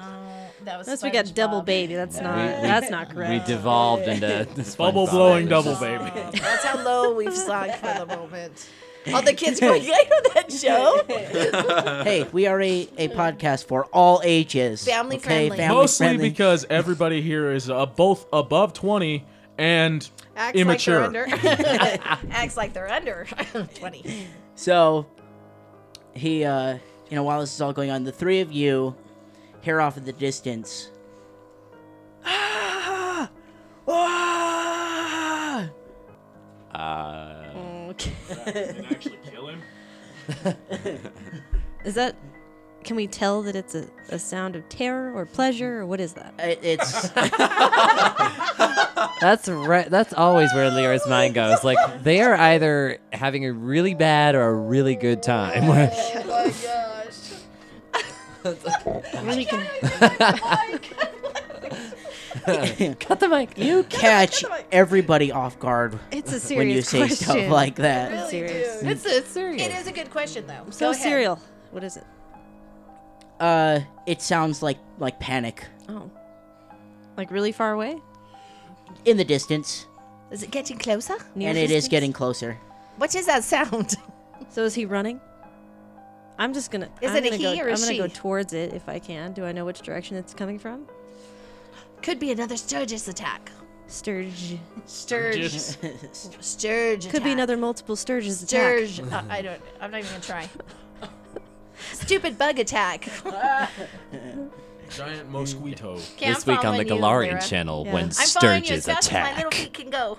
that was
Unless we got double
SpongeBob.
baby. That's
Uh,
not.
we-
that's not
We
correct.
devolved into
Bubble
SpongeBob
blowing
actors.
double baby.
That's how low we've sunk for the moment. All the kids going, you know that show?
Hey, we are a, a podcast for all ages.
Family
okay?
friendly.
Family
Mostly
friendly.
because everybody here is uh, both above 20 and
Acts
immature.
like they're under. Acts like they're under 20.
So he uh you know, while this is all going on, the three of you hear off in the distance. "Ah! Ah!"
Uh,
Okay.
actually kill him?
Is that? Can we tell that it's a, a sound of terror or pleasure or what is that?
It- it's
That's right. That's always where Lyra's mind goes. Like they are either having a really bad or a really good time. Cut the mic.
you catch everybody off guard
It's a serious
when you say
question.
stuff like that.
It's serious.
It's, it's serious.
It is a good question, though. Go
So
ahead.
cereal. What is it?
Uh, it sounds like like panic
Oh, like really far away?
in the distance,
Is it getting closer?
Near
and it is
distance?
getting closer.
What is that sound?
So is he running? I'm just gonna.
Is
I'm
it a
gonna
he
go,
or
I'm
is
gonna go
she?
towards it if I can. Do I know which direction it's coming from?
Could be another Sturgis attack.
Sturge.
Sturge. Sturge.
Could be another multiple Sturges attack.
Sturge. Uh, I don't. I'm not even gonna try. Stupid bug attack.
Giant mosquito.
Okay,
this
I'm
week on the
following you, Lyra.
Galarian channel
Yeah.
when
I'm
I'm following you as
Sturges
fast as my little
attack.
feet can go.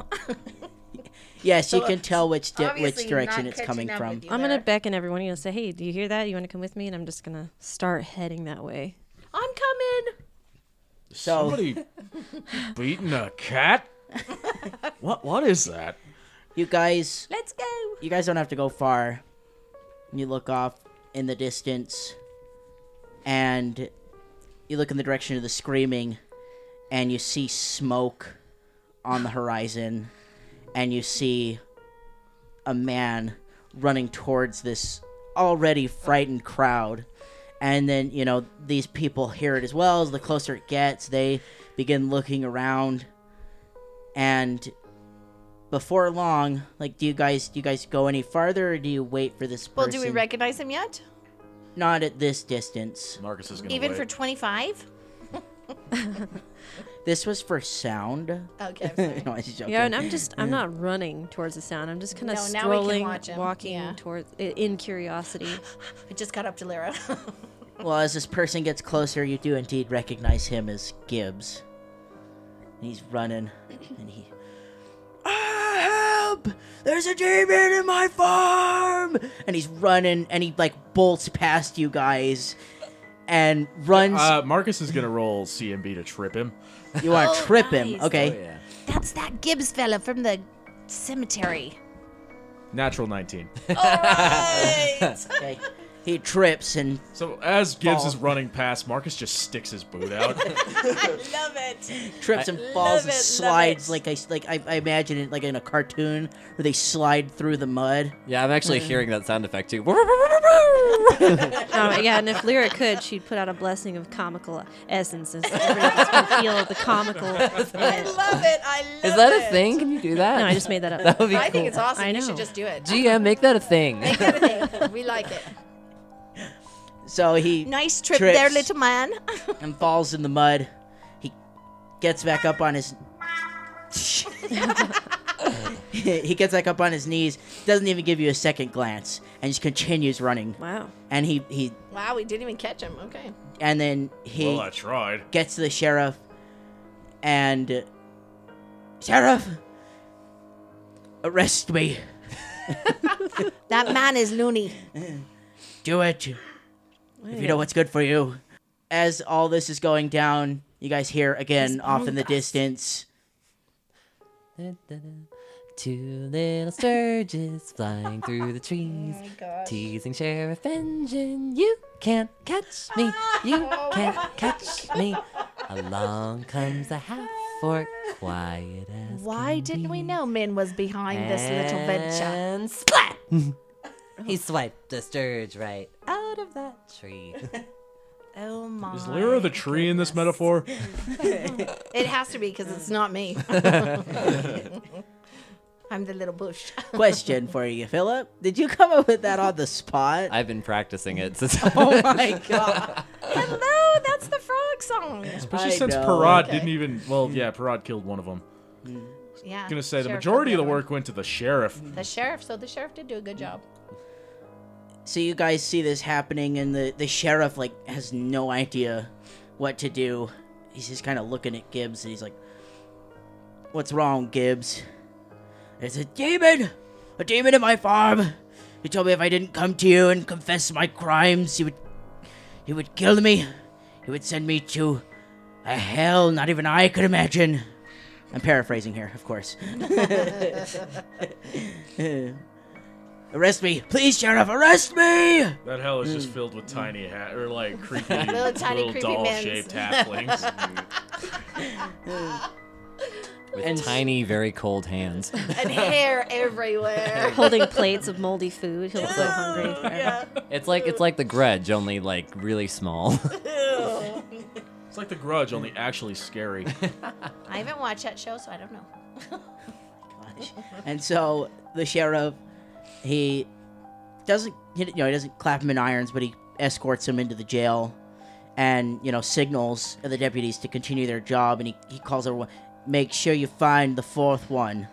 yes, you
So,
can tell which di-
Obviously
which direction
not
it's coming
catching up
from.
with you
I'm gonna
there.
beckon everyone. You know, say, "Hey, do you hear that? You want to come with me?" And I'm just gonna start heading that way.
I'm coming.
So-
Somebody beating a cat? What? What is that?
You guys,
Let's go.
you guys don't have to go far. You look off in the distance, and you look in the direction of the screaming, and you see smoke on the horizon, and you see a man running towards this already frightened crowd. And then, you know, these people hear it as well. As the closer it gets, they begin looking around. And before long, like, do you guys do you guys go any farther, or do you wait for this
Well,
person?
do we recognize him yet?
Not at this distance.
Marcus is gonna
Even
wait.
for 25?
This was for sound.
Okay.
No, I was joking.
Yeah, and I'm just I'm not running towards the sound. I'm just kind
No,
of
now we can
strolling,
watch him.
walking
Yeah.
towards i- in curiosity.
I just got up to Lyra.
Well, as this person gets closer, you do indeed recognize him as Gibbs. And he's running, and he. Ah, help! There's a demon in my farm! And he's running, and he like bolts past you guys, and runs.
Uh, Marcus is gonna roll CMB to trip him.
you want to
oh,
trip him,
nice.
okay?
That's that Gibbs fella from the cemetery.
Natural 19.
okay? He trips and
So as Gibbs is
Fall.
running past, Marcus just sticks his boot out.
Love it.
trips and falls
it,
and
love
slides
it.
like I like I, I imagine it like in a cartoon where they slide through the mud.
Yeah, I'm actually hearing that sound effect too.
Oh yeah, and if Lyra could, she'd put out a blessing of comical essences. so everyone else can feel the comical. no,
Love it. I love
Is that a thing? Can you do that?
I just made that up.
That would be
I
cool.
think it's awesome.
I
You
know.
should just do it.
GM, make that a thing.
we like it.
So he
Nice trip
Trips.
there, little man.
and falls in the mud. He gets back up on his. he gets back up on his knees, doesn't even give you a second glance, and just continues running.
Wow.
And he, he
Wow, we didn't even catch him. Okay.
and then he
Well, I tried.
gets to the sheriff and sheriff arrest me
That man is loony.
do it if you know what's good for you as all this is going down you guys hear again off in the distance
Two little sturges flying
Oh
through the trees, teasing Sheriff Engine. You can't catch me, you
Oh
can't catch me. Along comes a half orc, quiet as
Why didn't we know Min was behind this
Eh.
little venture? Oh.
And splat! he swiped the sturge right out of that tree.
Oh my.
Is Lyra the tree in this metaphor?
It has to be because it's not me. I'm the little bush.
question for you philip did you come up with that on the spot
I've been practicing it since.
oh my god
Hello, that's the frog song.
Especially
I
since
know.
Parad
Okay.
didn't even. Well, yeah, Parad killed one of them.
Yeah.
I'm gonna say the
sheriff Hmm.
majority of
did
the
one.
work went to the sheriff.
The sheriff. So the sheriff did do a good job.
so you guys see this happening and the, the sheriff like has no idea what to do he's just kind of looking at gibbs and he's like what's wrong gibbs there's a demon a demon in my farm he told me if i didn't come to you and confess my crimes he would he would kill me he would send me to a hell not even i could imagine i'm paraphrasing here of course arrest me please sheriff arrest me
That hell is just filled with tiny hat or like creepy
Little tiny
little
creepy
doll-shaped halflings.
With tiny, very cold hands.
And hair everywhere.
Holding plates of moldy food. He looks so hungry.
It's like it's like the Grudge, only like really small.
it's like The Grudge, only actually scary.
I haven't watched that show, so I don't know.
Gosh. and so the sheriff, he doesn't, you know, he doesn't clap him in irons, but he escorts him into the jail, and you know, signals the deputies to continue their job, and he, he calls everyone, make sure you find the fourth one,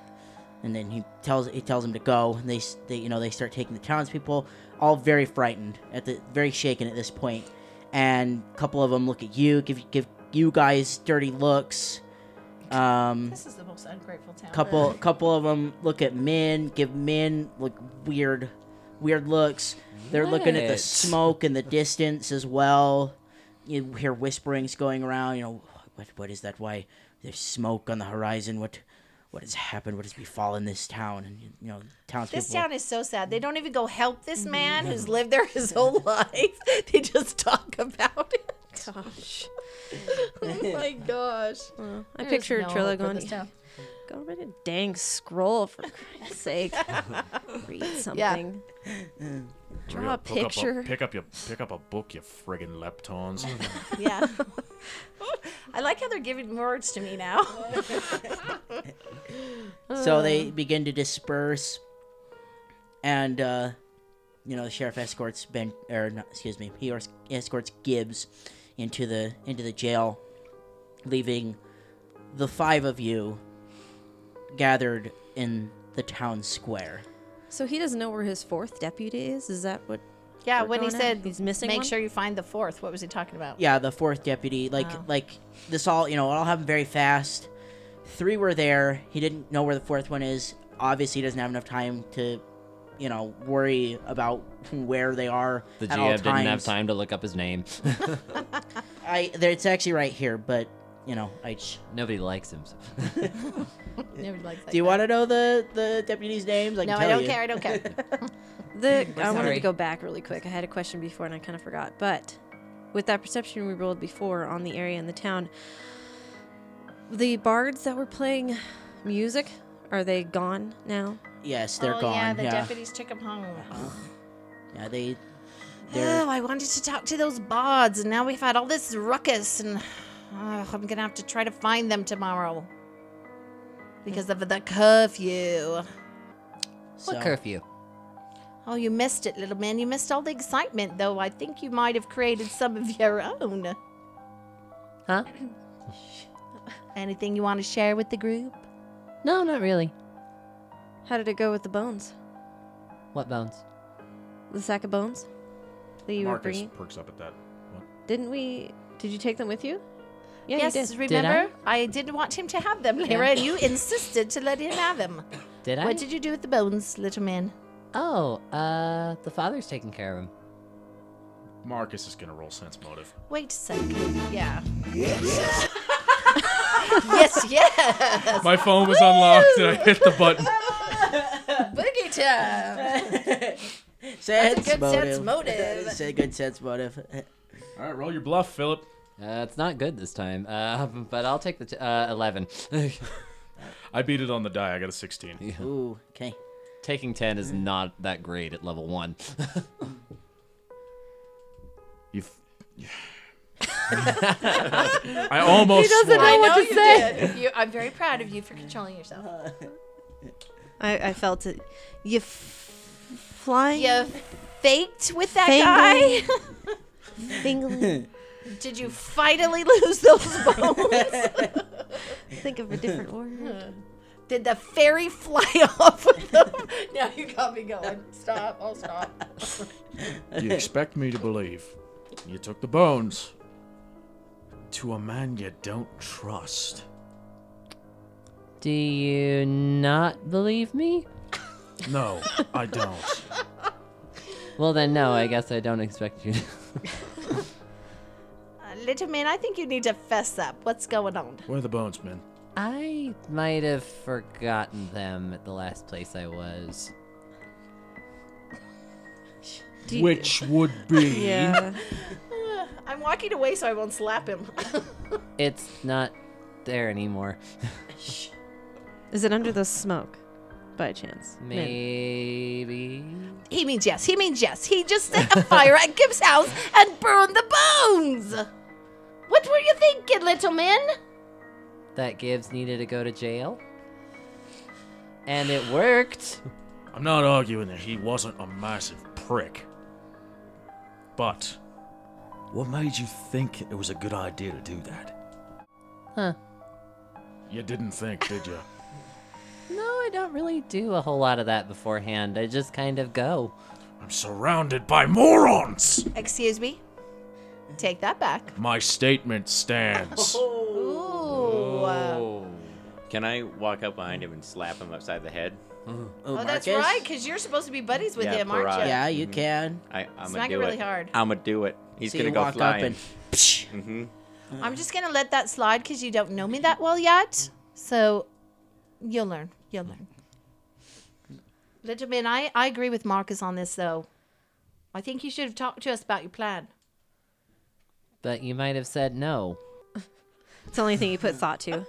and then he tells he tells them to go, and they, s- they you know they start taking the townspeople, all very frightened at the very shaken at this point, and a couple of them look at you, give give you guys dirty looks. Um,
This is the most ungrateful town.
couple couple of them look at men give men like weird weird looks they're looking at the
What?
smoke in the distance as well you hear whisperings going around you know what what is that why there's smoke on the horizon what what has happened what has befallen this town and you know townspeople
This town is so sad. They don't even go help this man who's lived there his whole life. They just talk about it.
Gosh.
Oh my gosh.
I
There's
pictured
no
Trilla
hope for
going,
this town.
go read a dang scroll for Christ's sake. read something. Draw a
Pick up
picture.
pick up your pick up a book, you friggin' leptons.
Yeah. I like how they're giving words to me now.
So they begin to disperse, and uh, you know the sheriff escorts Ben, or not, excuse me, he ors- escorts Gibbs into the into the jail, leaving the five of you gathered in the town square.
so he doesn't know where his fourth deputy is? Is that what?
Yeah,
We're
when he
going
said
out? He's missing
make
one?
sure you find the fourth, what was he talking about?
Yeah, the fourth deputy, like
Wow.
like this all, you know, it all happened very fast. Three were there. He didn't know where the fourth one is. Obviously, he doesn't have enough time to, you know, worry about where they are
The
at all
GM didn't have
times.
time to look up his name.
I there, it's actually right here, but you know, I.
Nobody likes him. so-
Nobody likes that
Do you
guy.
want to know the the deputy's names? I can
No,
tell
I don't
you.
care, I don't care.
The I wanted
sorry.
to go back really quick. I had a question before and I kind of forgot. But with that perception we rolled before on the area and the town, the bards that were playing music are they gone now?
Yes, they're
oh,
gone.
Yeah,
Yeah,
the deputies took him home.
Yeah, they.
Oh,
They're,
I wanted to talk to those bards, and now we've had all this ruckus, and ugh, I'm gonna have to try to find them tomorrow because of the curfew.
What
so-
curfew?
Oh, you missed it, little man. You missed all the excitement, though. I think you might have created some of your own.
Huh?
Anything you want to share with the group?
No, not really.
How did it go with the bones?
What bones?
The sack of bones that you were
Marcus
bringing?
perks up at that.
Didn't we? Did you take them with you? Yeah,
yes,
you did.
remember? I? didn't want him to have them, Lyra, and you insisted to let him have them.
Did I?
What did you do with the bones, little man?
oh, uh, the father's taking care of him.
Marcus is gonna roll sense motive.
Wait a second. Yeah. yes, yes.
My phone was unlocked and I hit the button.
Boogie time.
Sense
good sense
motive.
motive.
That is a good sense motive.
All right, roll your bluff, Philip.
Uh, it's not good this time, uh, but I'll take the t- uh, 11.
I beat it on the die. I got a 16.
Ooh, okay.
Taking 10 is not that great at level 1.
You. I almost. swore.
I know you did. You, I'm very proud of you for controlling yourself.
I, I felt it. You f- flying,
You faked with that
Fangling.
guy?
fingling.
Did you finally lose those bones?
Think of a different word.
Did the fairy fly off with them? now you got me going. Stop. I'll stop.
You expect me to believe you took the bones to a man you don't trust.
Do you not believe me?
No, I don't.
Well, then, no, I guess I don't expect you to.
Uh, little man, I think you need to fess up. What's going on?
Where are the bones, man?
I might have forgotten them at the last place I was.
Do you-
Which would be
Yeah.
I'm walking away so I won't slap him.
It's not there anymore.
Is it under the smoke, by chance? Maybe.
Maybe.
he means yes. He means yes. He just set a fire at Gibbs' house and burned the bones. What were you thinking, little man?
That Gibbs needed to go to jail. And it worked.
I'm not arguing that he wasn't a massive prick. But what made you think it was a good idea to do that?
Huh.
You didn't think, did you?
No, I don't really do a whole lot of that beforehand. I just kind of go.
I'm surrounded by morons!
Excuse me. Take that back.
My statement stands.
Ooh. Oh,
Can I walk up behind him and slap him upside the head?
Oh,
that's
Marcus?
right, because you're supposed to be buddies with
Yeah,
him, aren't you?
pariah.
Yeah,
Mm-hmm.
you can.
I, I'm
Smack it
gonna do
really
it.
hard.
I'm gonna do it. He's
So
gonna
you
go
walk
flying.
up and
Mm-hmm.
I'm just gonna let that slide because you don't know me that well yet. So you'll learn. You'll learn. Little man, I, I agree with Marcus on this though. I think you should have talked to us about your plan.
But you might have said no.
It's the only thing you put thought to.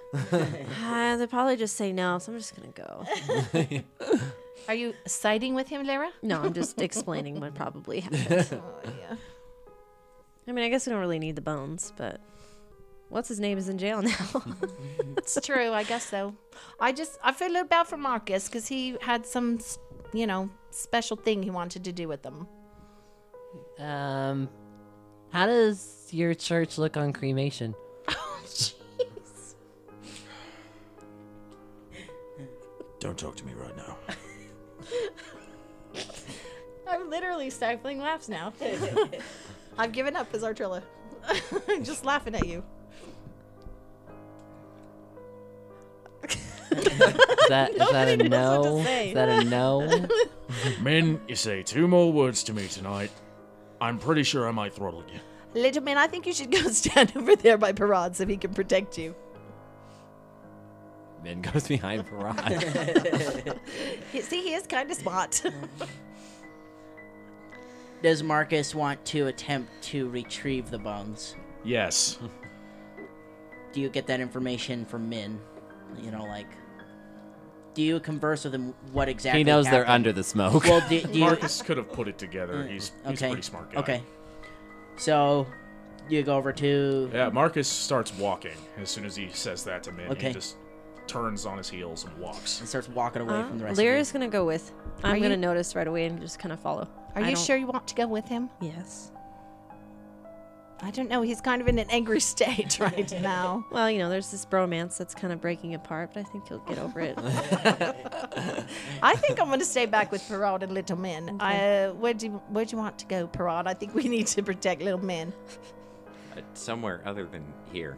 Ah, they probably just say no, so I'm just gonna go.
Are you siding with him, Lyra?
No, I'm just explaining what probably happened. I mean, I guess we don't really need the bones, but what's his name is in jail now.
It's true, I guess so. I just I feel a little bad for Marcus because he had some, s- you know, special thing he wanted to do with them.
Um, how does your church look on cremation?
Don't talk to me right now.
I'm literally stifling laughs now. I've given up as Artrilla. I'm just laughing at you.
Is that, is that a
Nobody knows what to
no?
say.
Is that a no?
Min, you say two more words to me tonight. I'm pretty sure I might throttle you.
Little man, I think you should go stand over there by Parad so he can protect you.
Min goes behind Parad.
He- See, he is kind of smart.
Does Marcus want to attempt to retrieve the bones?
Yes.
Do you get that information from Min? You know, like, do you converse with him? What exactly?
he knows they're
happened?
under the smoke.
Well, do, do you?
Marcus could have put it together. He's, he's a
okay.
pretty smart guy.
Okay. So, you go over to.
Yeah, Marcus starts walking as soon as he says that to Min. He
Okay.
just turns on his heels and walks.
and starts walking away from the rest
Lyra's gonna go with. I'm
Are
gonna
you-
notice right away and just kind of follow.
Are
I
you
don't-
sure you want to go with him?
Yes.
I don't know. He's kind of in an angry state right now.
Well, you know, there's this bromance that's kind of breaking apart, but I think you'll get over it.
I think I'm going to stay back with Parade and Little Men. Uh, where do you, where do you want to go, Parade? I think we need to protect Little Men.
Uh, Somewhere other than here.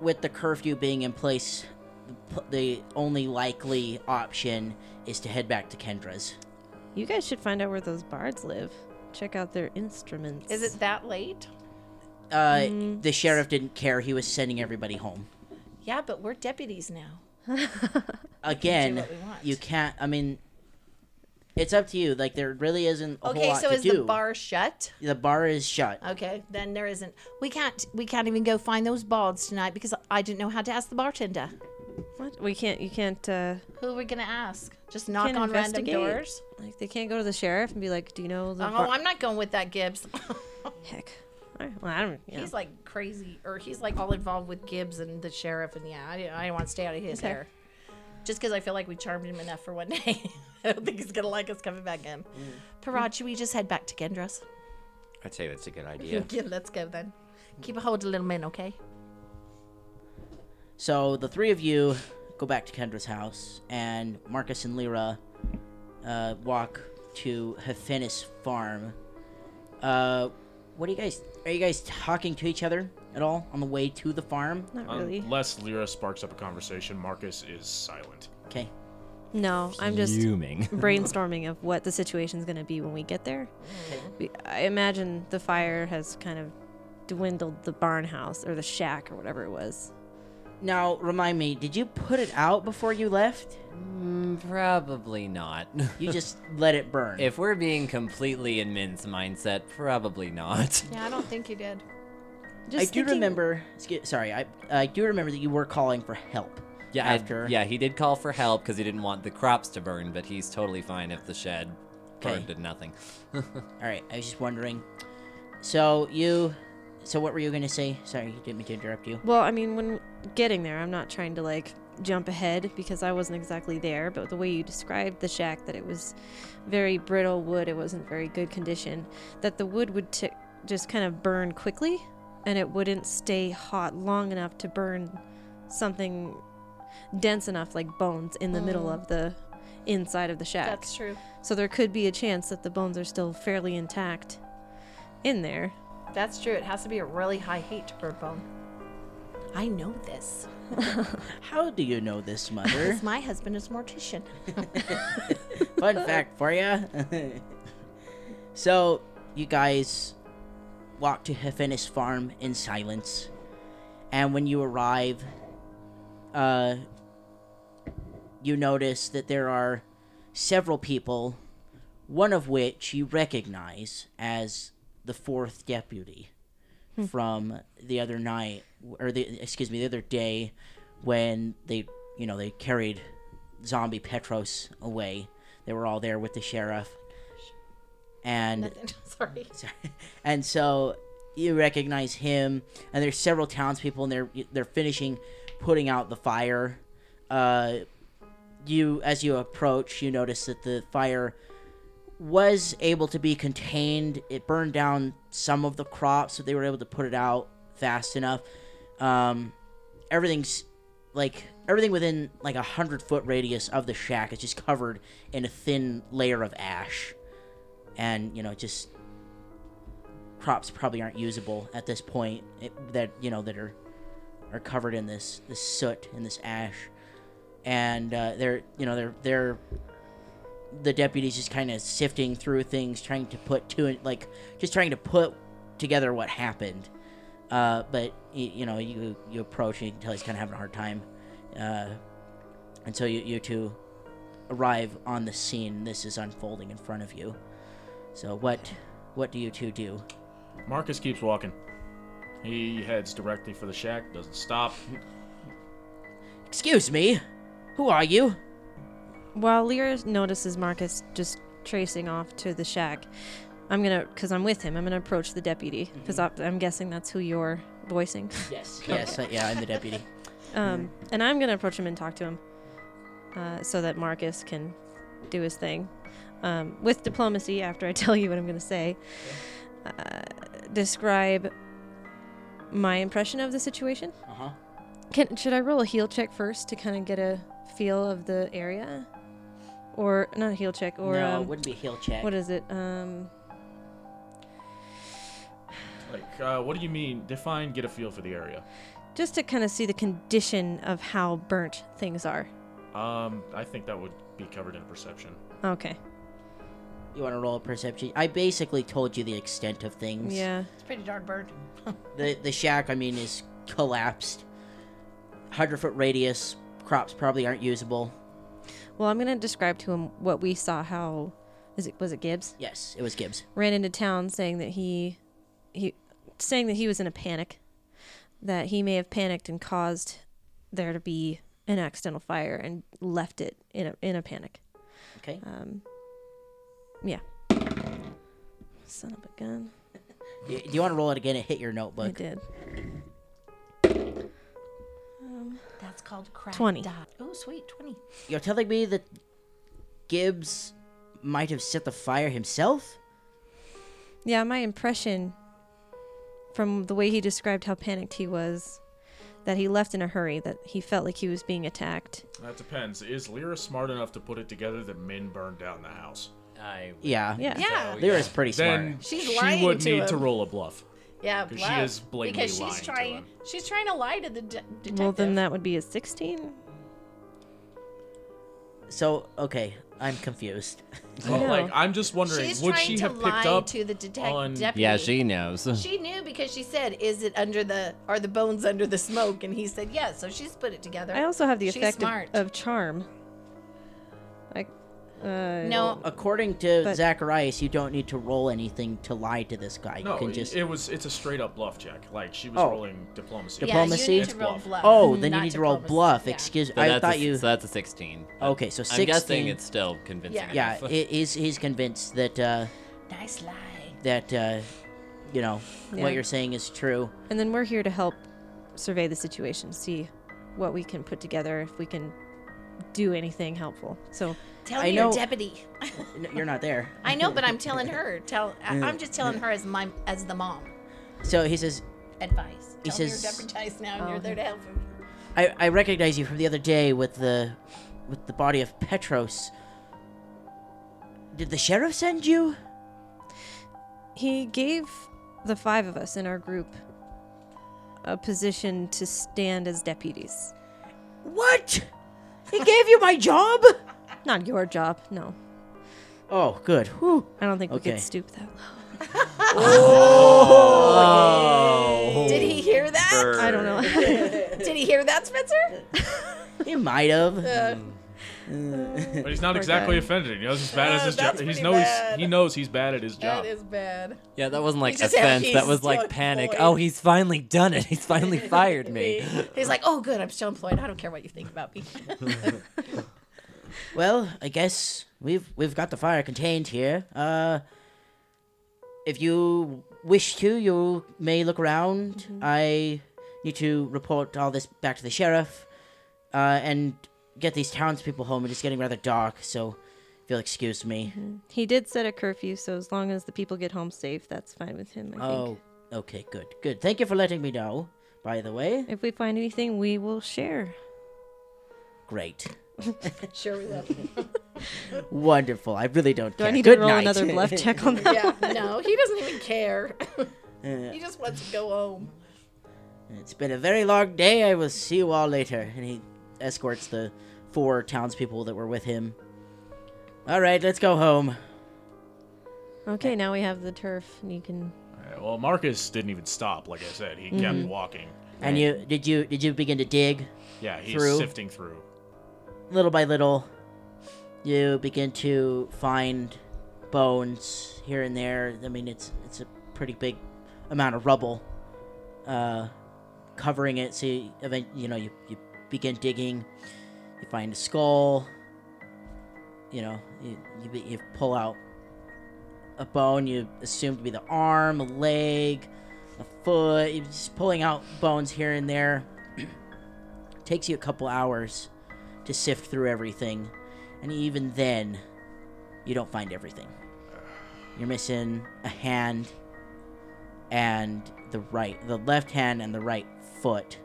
With the curfew being in place, the, p- the only likely option is to head back to Kendra's.
you guys should find out where those bards live. Check out their instruments.
Is it that late?
Uh, The sheriff didn't care. He was sending everybody home.
Yeah, but we're deputies now.
Again,
what we want.
you can't. I mean, it's up to you. Like there really isn't a whole
Okay,
lot
so
to
is
do.
the bar shut?
The bar is shut.
Okay, then there isn't. We can't. We can't even go find those balds tonight because I didn't know how to ask the bartender.
What? We can't. You can't. Uh,
Who are we gonna ask? Just knock
Can't
on random
investigate.
doors.
like they can't go to the sheriff and be like, "Do you know the?"
Oh,
bar-"
I'm not going with that Gibbs.
Heck. All right. Well, I don't. Yeah.
He's like crazy, or he's like all involved with Gibbs and the sheriff, and yeah, I didn't, I didn't want to stay out of his
Okay.
hair. Just because I feel like we charmed him enough for one day. I don't think he's going to like us coming back in. Parad, Mm. should we just head back to Gendra's?
I'd say that's a good idea.
Yeah, let's go then. Keep a hold of little men, okay?
So the three of you go back to Kendra's house, and Marcus and Lyra uh, walk to Hephanis Farm. Uh, what do you guys? Are you guys talking to each other at all on the way to the farm?
Not really.
Unless Lyra sparks up a conversation, Marcus is silent.
Okay.
no. I'm just
Fuming.
brainstorming of what the situation's going to be when we get there.
Mm-hmm.
We- I imagine the fire has kind of dwindled the barn house or the shack or whatever it was.
Now remind me, did you put it out before you left?
Mm, Probably not.
You just let it burn.
if we're being completely in Min's mindset, probably not.
Yeah, I don't think he did.
Just
I do
thinking-
remember. Excuse, sorry, I I do remember that you were calling for help.
Yeah, I-
after.
yeah, he did call for help because he didn't want the crops to burn, but he's totally fine if the shed
Okay.
burned to nothing.
All right, I was just wondering. So you, so what were you gonna say? Sorry, you didn't mean to interrupt you.
Well, I mean, when getting there, I'm not trying to like jump ahead because I wasn't exactly there, but the way you described the shack, that it was very brittle wood, it wasn't very good condition, that the wood would t- just kind of burn quickly and it wouldn't stay hot long enough to burn something dense enough like bones in the middle of the inside of the shack.
That's true.
So there could be a chance that the bones are still fairly intact in there.
That's true. It has to be a really high heat to burn bone. I know this.
How do you know this, mother?
Because my husband is a mortician.
Fun fact for you. so, you guys walk to Hephanis Farm in silence, and when you arrive, uh, you notice that there are several people, one of which you recognize as the fourth deputy from the other night, or the excuse me, the other day when they, you know, they carried zombie Petros away. They were all there with the sheriff, and
Sorry.
and so you recognize him and there's several townspeople and they're they're finishing putting out the fire uh you as you approach you notice that the fire was able to be contained it burned down some of the crops so they were able to put it out fast enough um everything's like everything within like a hundred foot radius of the shack is just covered in a thin layer of ash and you know just crops probably aren't usable at this point it, that you know that are are covered in this this soot and this ash and uh, they're you know they're they're the deputies just kind of sifting through things trying to put to it like just trying to put together what happened uh, but you, you know you you approach and you can tell he's kind of having a hard time uh, and so you, you two arrive on the scene this is unfolding in front of you so what what do you two do
Marcus keeps walking. He heads directly for the shack, doesn't stop.
Excuse me, who are you?
While Lyra notices Marcus just tracing off to the shack, I'm gonna, cause I'm with him. I'm gonna approach the deputy, because I'm guessing that's who you're voicing.
Yes. Yes, uh, yeah, I'm the deputy.
Um, and I'm gonna approach him and talk to him, uh, so that Marcus can do his thing, um, with diplomacy. After I tell you what I'm gonna say, describe my impression of the situation?
Uh huh.
Can should I roll a heal check first to kind of get a feel of the area, or not a heal check, or
no,
um,
it wouldn't be a heel check.
what is it? Um,
Like, uh, what do you mean? Define, get a feel for the area.
just to kind of see the condition of how burnt things are.
Um, I think that would be covered in perception.
Okay.
you want to roll a perception? I basically told you the extent of things.
Yeah.
It's pretty darn burnt.
The the shack, I mean, is collapsed. Hundred foot radius. Crops probably aren't usable.
Well, I'm gonna describe to him what we saw. How is it? Was it Gibbs?
Yes, it was Gibbs.
ran into town saying that he he saying that he was in a panic that he may have panicked and caused there to be an accidental fire and left it in a in a panic.
Okay.
Uh, Yeah. Son of a gun.
Do do you want to roll it again and hit your
I
notebook?
did.
That's called crack
20.
dot. Oh, sweet, 20.
You're telling me that Gibbs might have set the fire himself?
Yeah, my impression from the way he described how panicked he was that he left in a hurry that he felt like he was being attacked.
That depends. Is Lyra smart enough to put it together that Min burned down the house?
I would
Yeah.
Yeah.
Yeah.
Lyra's pretty smart.
Then
She's
she
lying
would
to
need to
him.
roll a bluff.
Yeah,
'Cause she
bluff.
is blatantly
because she's
lying to
trying.
him.
She's trying to lie to the de- detective.
Well, then that would be a 16.
So, okay, I'm confused.
Well,
know.
like, I'm just wondering,
she's
would
trying
she
to
have
lie
picked up
to the detec-
on-
deputy.
Yeah, she knows.
She knew because she said, "Is it under the? Are the bones under the smoke?" And he said, "Yes." So she's put it together.
I also have the
She's
effect
smart.
of, of charm. Like, uh,
no.
Oh,
According to
But-
Zacharias, you don't need to roll anything to lie to this guy.
No,
you can
it-
just.
it was it's a straight up bluff check. Like she was
Oh.
rolling diplomacy.
Yeah, Diplomacy?
Yeah, you need
It's
to roll
bluff.
bluff.
Mm,
oh, then you
not
need to roll
diplomacy.
bluff.
Yeah.
Excuse.
So
I
that's
thought
a,
you.
So that's a 16.
Okay, so 16.
I'm guessing it's still convincing.
Yeah,
enough.
it is. He's convinced that uh,
Nice lie.
that uh, you know
Yeah.
what you're saying is true.
And then we're here to help survey the situation, see what we can put together, if we can do anything helpful. So,
Tell
I
your
know-
deputy.
N- You're not there.
I know, but I'm telling her. Tell. I- I'm just telling her as my as the mom
So he says,
advice.
He
Tell her
says-
you're deputized now, and you're there to help him.
I, I recognize you from the other day with the with the body of Petros. Did the sheriff send you?
he gave the five of us in our group a position to stand as deputies.
What? He gave you my job?
Not your job, no.
Oh, good. Whew.
I don't think we
Okay.
could stoop that low.
Did he hear that?
I don't know.
Did he hear that, Spencer?
He might have.
But he's not
Poor
exactly
guy.
offended. He knows he's bad at
Oh,
his job.
that's
He's
pretty
knows
bad.
he knows he's bad at his job.
That is bad.
Yeah, that wasn't like
just have
offense.
keys
That was
to a
like panic.
toy.
Oh, he's finally done it. He's finally fired me.
He's like, oh, good, I'm still employed. I don't care what you think about me.
Well, I guess we've we've got the fire contained here. Uh, if you wish to, you may look around.
Mm-hmm.
I need to report all this back to the sheriff, uh, and get these townspeople home. It is getting rather dark, so if you'll excuse me.
he did set a curfew, so as long as the people get home safe, that's fine with him, I think.
Oh, okay, good, good. Thank you for letting me know. By the way,
If we find anything, we will share.
great,
sure, we will.
wonderful. I really don't
Do
care.
I need
good
to roll
night.
another bluff check on that?
Yeah, no, he doesn't even care. he just wants to go home.
It's been a very long day. I will see you all later. And he escorts the four townspeople that were with him. All right, let's go home.
Okay, now we have the turf, and you can.
Alright, well, Marcus didn't even stop. Like I said, he kept walking.
And you did you did you begin to dig
Yeah, he's
Through.
sifting through.
little by little? You begin to find bones here and there. I mean, it's it's a pretty big amount of rubble uh, covering it. So you, event- you know you, you begin digging. You find a skull. You know you, you, be- you pull out a bone you assume to be the arm, a leg, a foot. You're just pulling out bones here and there. Takes you a couple hours to sift through everything, and even then, you don't find everything. You're missing a hand, and the right, the left hand and the right foot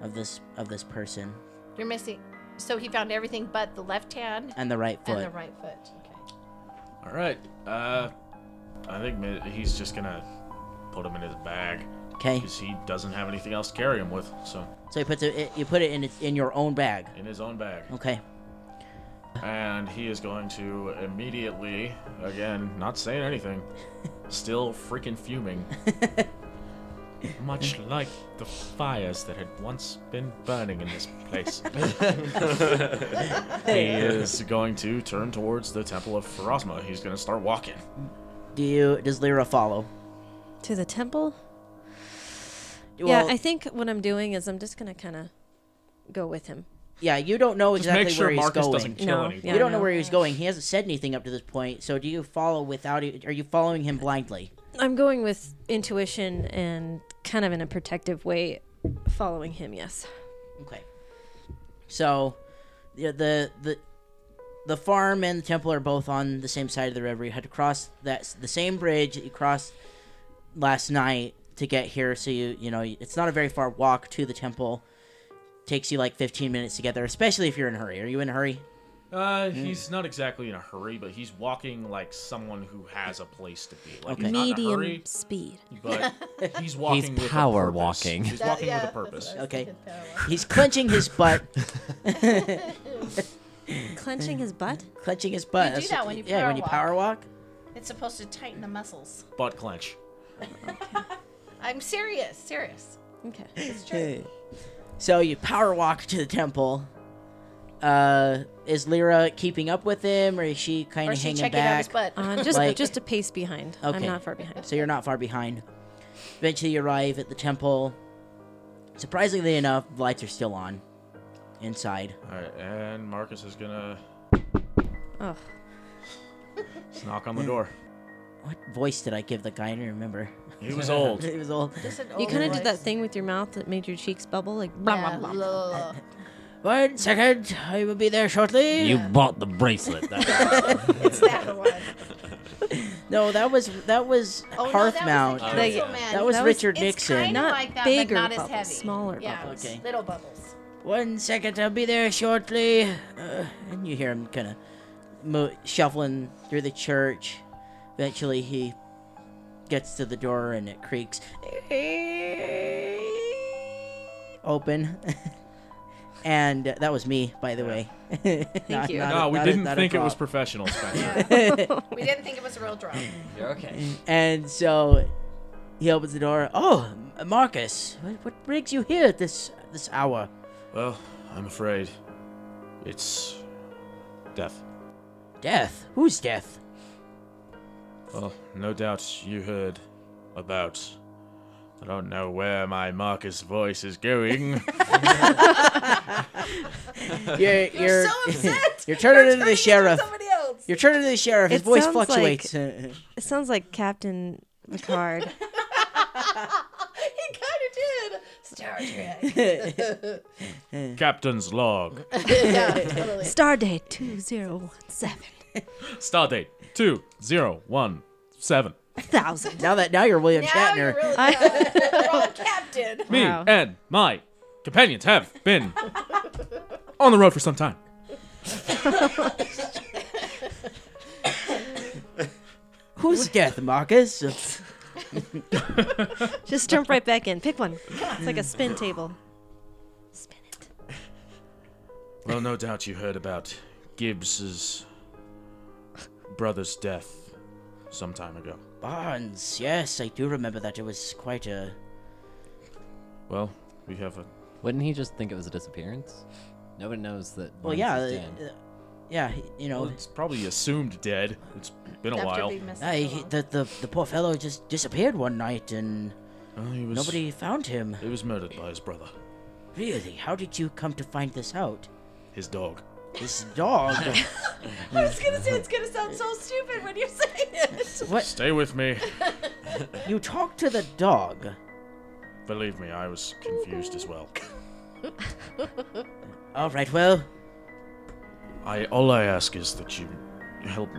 of this of this person,
You're missing. So he found everything but the left hand
and the right foot.
and the right foot. Okay.
All right. Uh, I think ma- he's just gonna put him in his bag
Okay,
because he doesn't have anything else to carry him with. So
so you put it, you put it in its- in your own bag.
in his own bag,
Okay,
and he is going to immediately, again, not saying anything, still freaking fuming. Much like the fires that had once been burning in this place, he is going to turn towards the Temple of Ferozma. He's going to start walking.
do you does Lyra follow?
To the temple?
Well,
yeah, I think what I'm doing is I'm just gonna kind of go with him.
yeah. You don't know
Just
exactly
make sure
where he's
Marcus
going.
doesn't kill
No,
anyone.
yeah.
you don't know
no.
where he's going. He hasn't said anything up to this point. So do you follow without? e- Are you following him blindly?
I'm going with intuition and kind of in a protective way, following him. Yes.
Okay. So, the the the, the farm and the temple are both on the same side of the river. You had to cross that the same bridge that you crossed last night to get here. So you you know it's not a very far walk to the temple. Takes you like 15 minutes to get there, especially if you're in a hurry. Are you in a hurry?
Uh, he's not exactly in a hurry, but he's walking like someone who has a place to be. Like
Okay.
he's not in a
Medium
hurry,
speed.
but he's walking. with a
power
purpose.
walking.
He's walking with a purpose.
Okay. He's clenching his butt,
Clenching his butt.
clenching his butt.
You do
That's-
that when you
yeah,
power
when you
walk.
power walk.
It's supposed to tighten the muscles.
Butt clench.
I'm serious. Serious.
Okay.
So you power walk to the temple. Uh, is Lyra keeping up with him, or is she kind
Or
of
is she
hanging
checking out
back?
his butt?
Uh, just
Like-
just a pace behind. I'm
Okay.
not far behind.
so you're not far behind. Eventually, you arrive at the temple. Surprisingly enough, the lights are still on inside.
All right, and Marcus is gonna
Oh,
just knock on the door.
What voice did I give the guy? I don't remember.
He was old.
it was old.
you kind of did that thing with your mouth that made your cheeks bubble, like blah
Yeah,
blah blah.
blah.
One second, I will be there shortly.
You bought the bracelet. That
it's that one.
No, that was that was
Oh, no,
Hearth
that
Mount.
Was the
Like-
councilman.
that was
That was-
Richard
it's
Nixon.
kinda
Not
like that,
bigger
but not as
bubbles,
heavy.
smaller
yeah,
bubbles.
it's
Okay.
Little bubbles.
One second, I'll be there shortly. Uh, and you hear him kind of mo- shuffling through the church. Eventually, he gets to the door and it creaks. Open. and uh, that was me, by the way. Thank
you.
No, we didn't think it was professional, Spencer.
We didn't think it was a real drum.
You're okay.
And so he opens the door. Oh, M- Marcus, what, what brings you here at this this hour?
well, I'm afraid it's death.
Death? Who's death?
Well, no doubt you heard about. I don't know where my Marcus voice is going.
You're, you're,
You're so upset.
You're turning into the
into
sheriff.
Somebody else.
You're turning to the sheriff. His
It
voice
sounds like-
fluctuates. Uh,
It sounds like Captain Picard.
He kind of did. Star Trek.
Captain's log.
yeah, totally.
Stardate two zero one seven
Stardate two zero one seven.
thousand.
now that now you're William
Now
Shatner.
you're really We're all captain.
Me
Wow.
and my companions have been on the road for some time.
Who's death, Marcus?
Just jump right back in. Pick one. It's like a spin table. Spin it.
Well, no doubt you heard about Gibbs's brother's death some time ago.
Barnes. Yes, I do remember that. It was quite a.
Well, we have a
Wouldn't he just think it was a disappearance? No one knows that.
Well,
Lawrence
yeah,
is
uh,
dead.
uh, yeah. he- You know,
well, it's probably assumed dead. It's been a
After
while.
being missing
I,
so
he-
long.
the, the the poor fellow just disappeared one night and
Well, he was
nobody found him.
he was murdered by his brother,
Really? How did you come to find this out?
his dog.
His dog.
I was gonna say it's gonna sound so stupid when you say it.
what?
Stay with me.
You talked to the dog.
Believe me, I was confused as well.
All right. Well,
I all I ask is that you help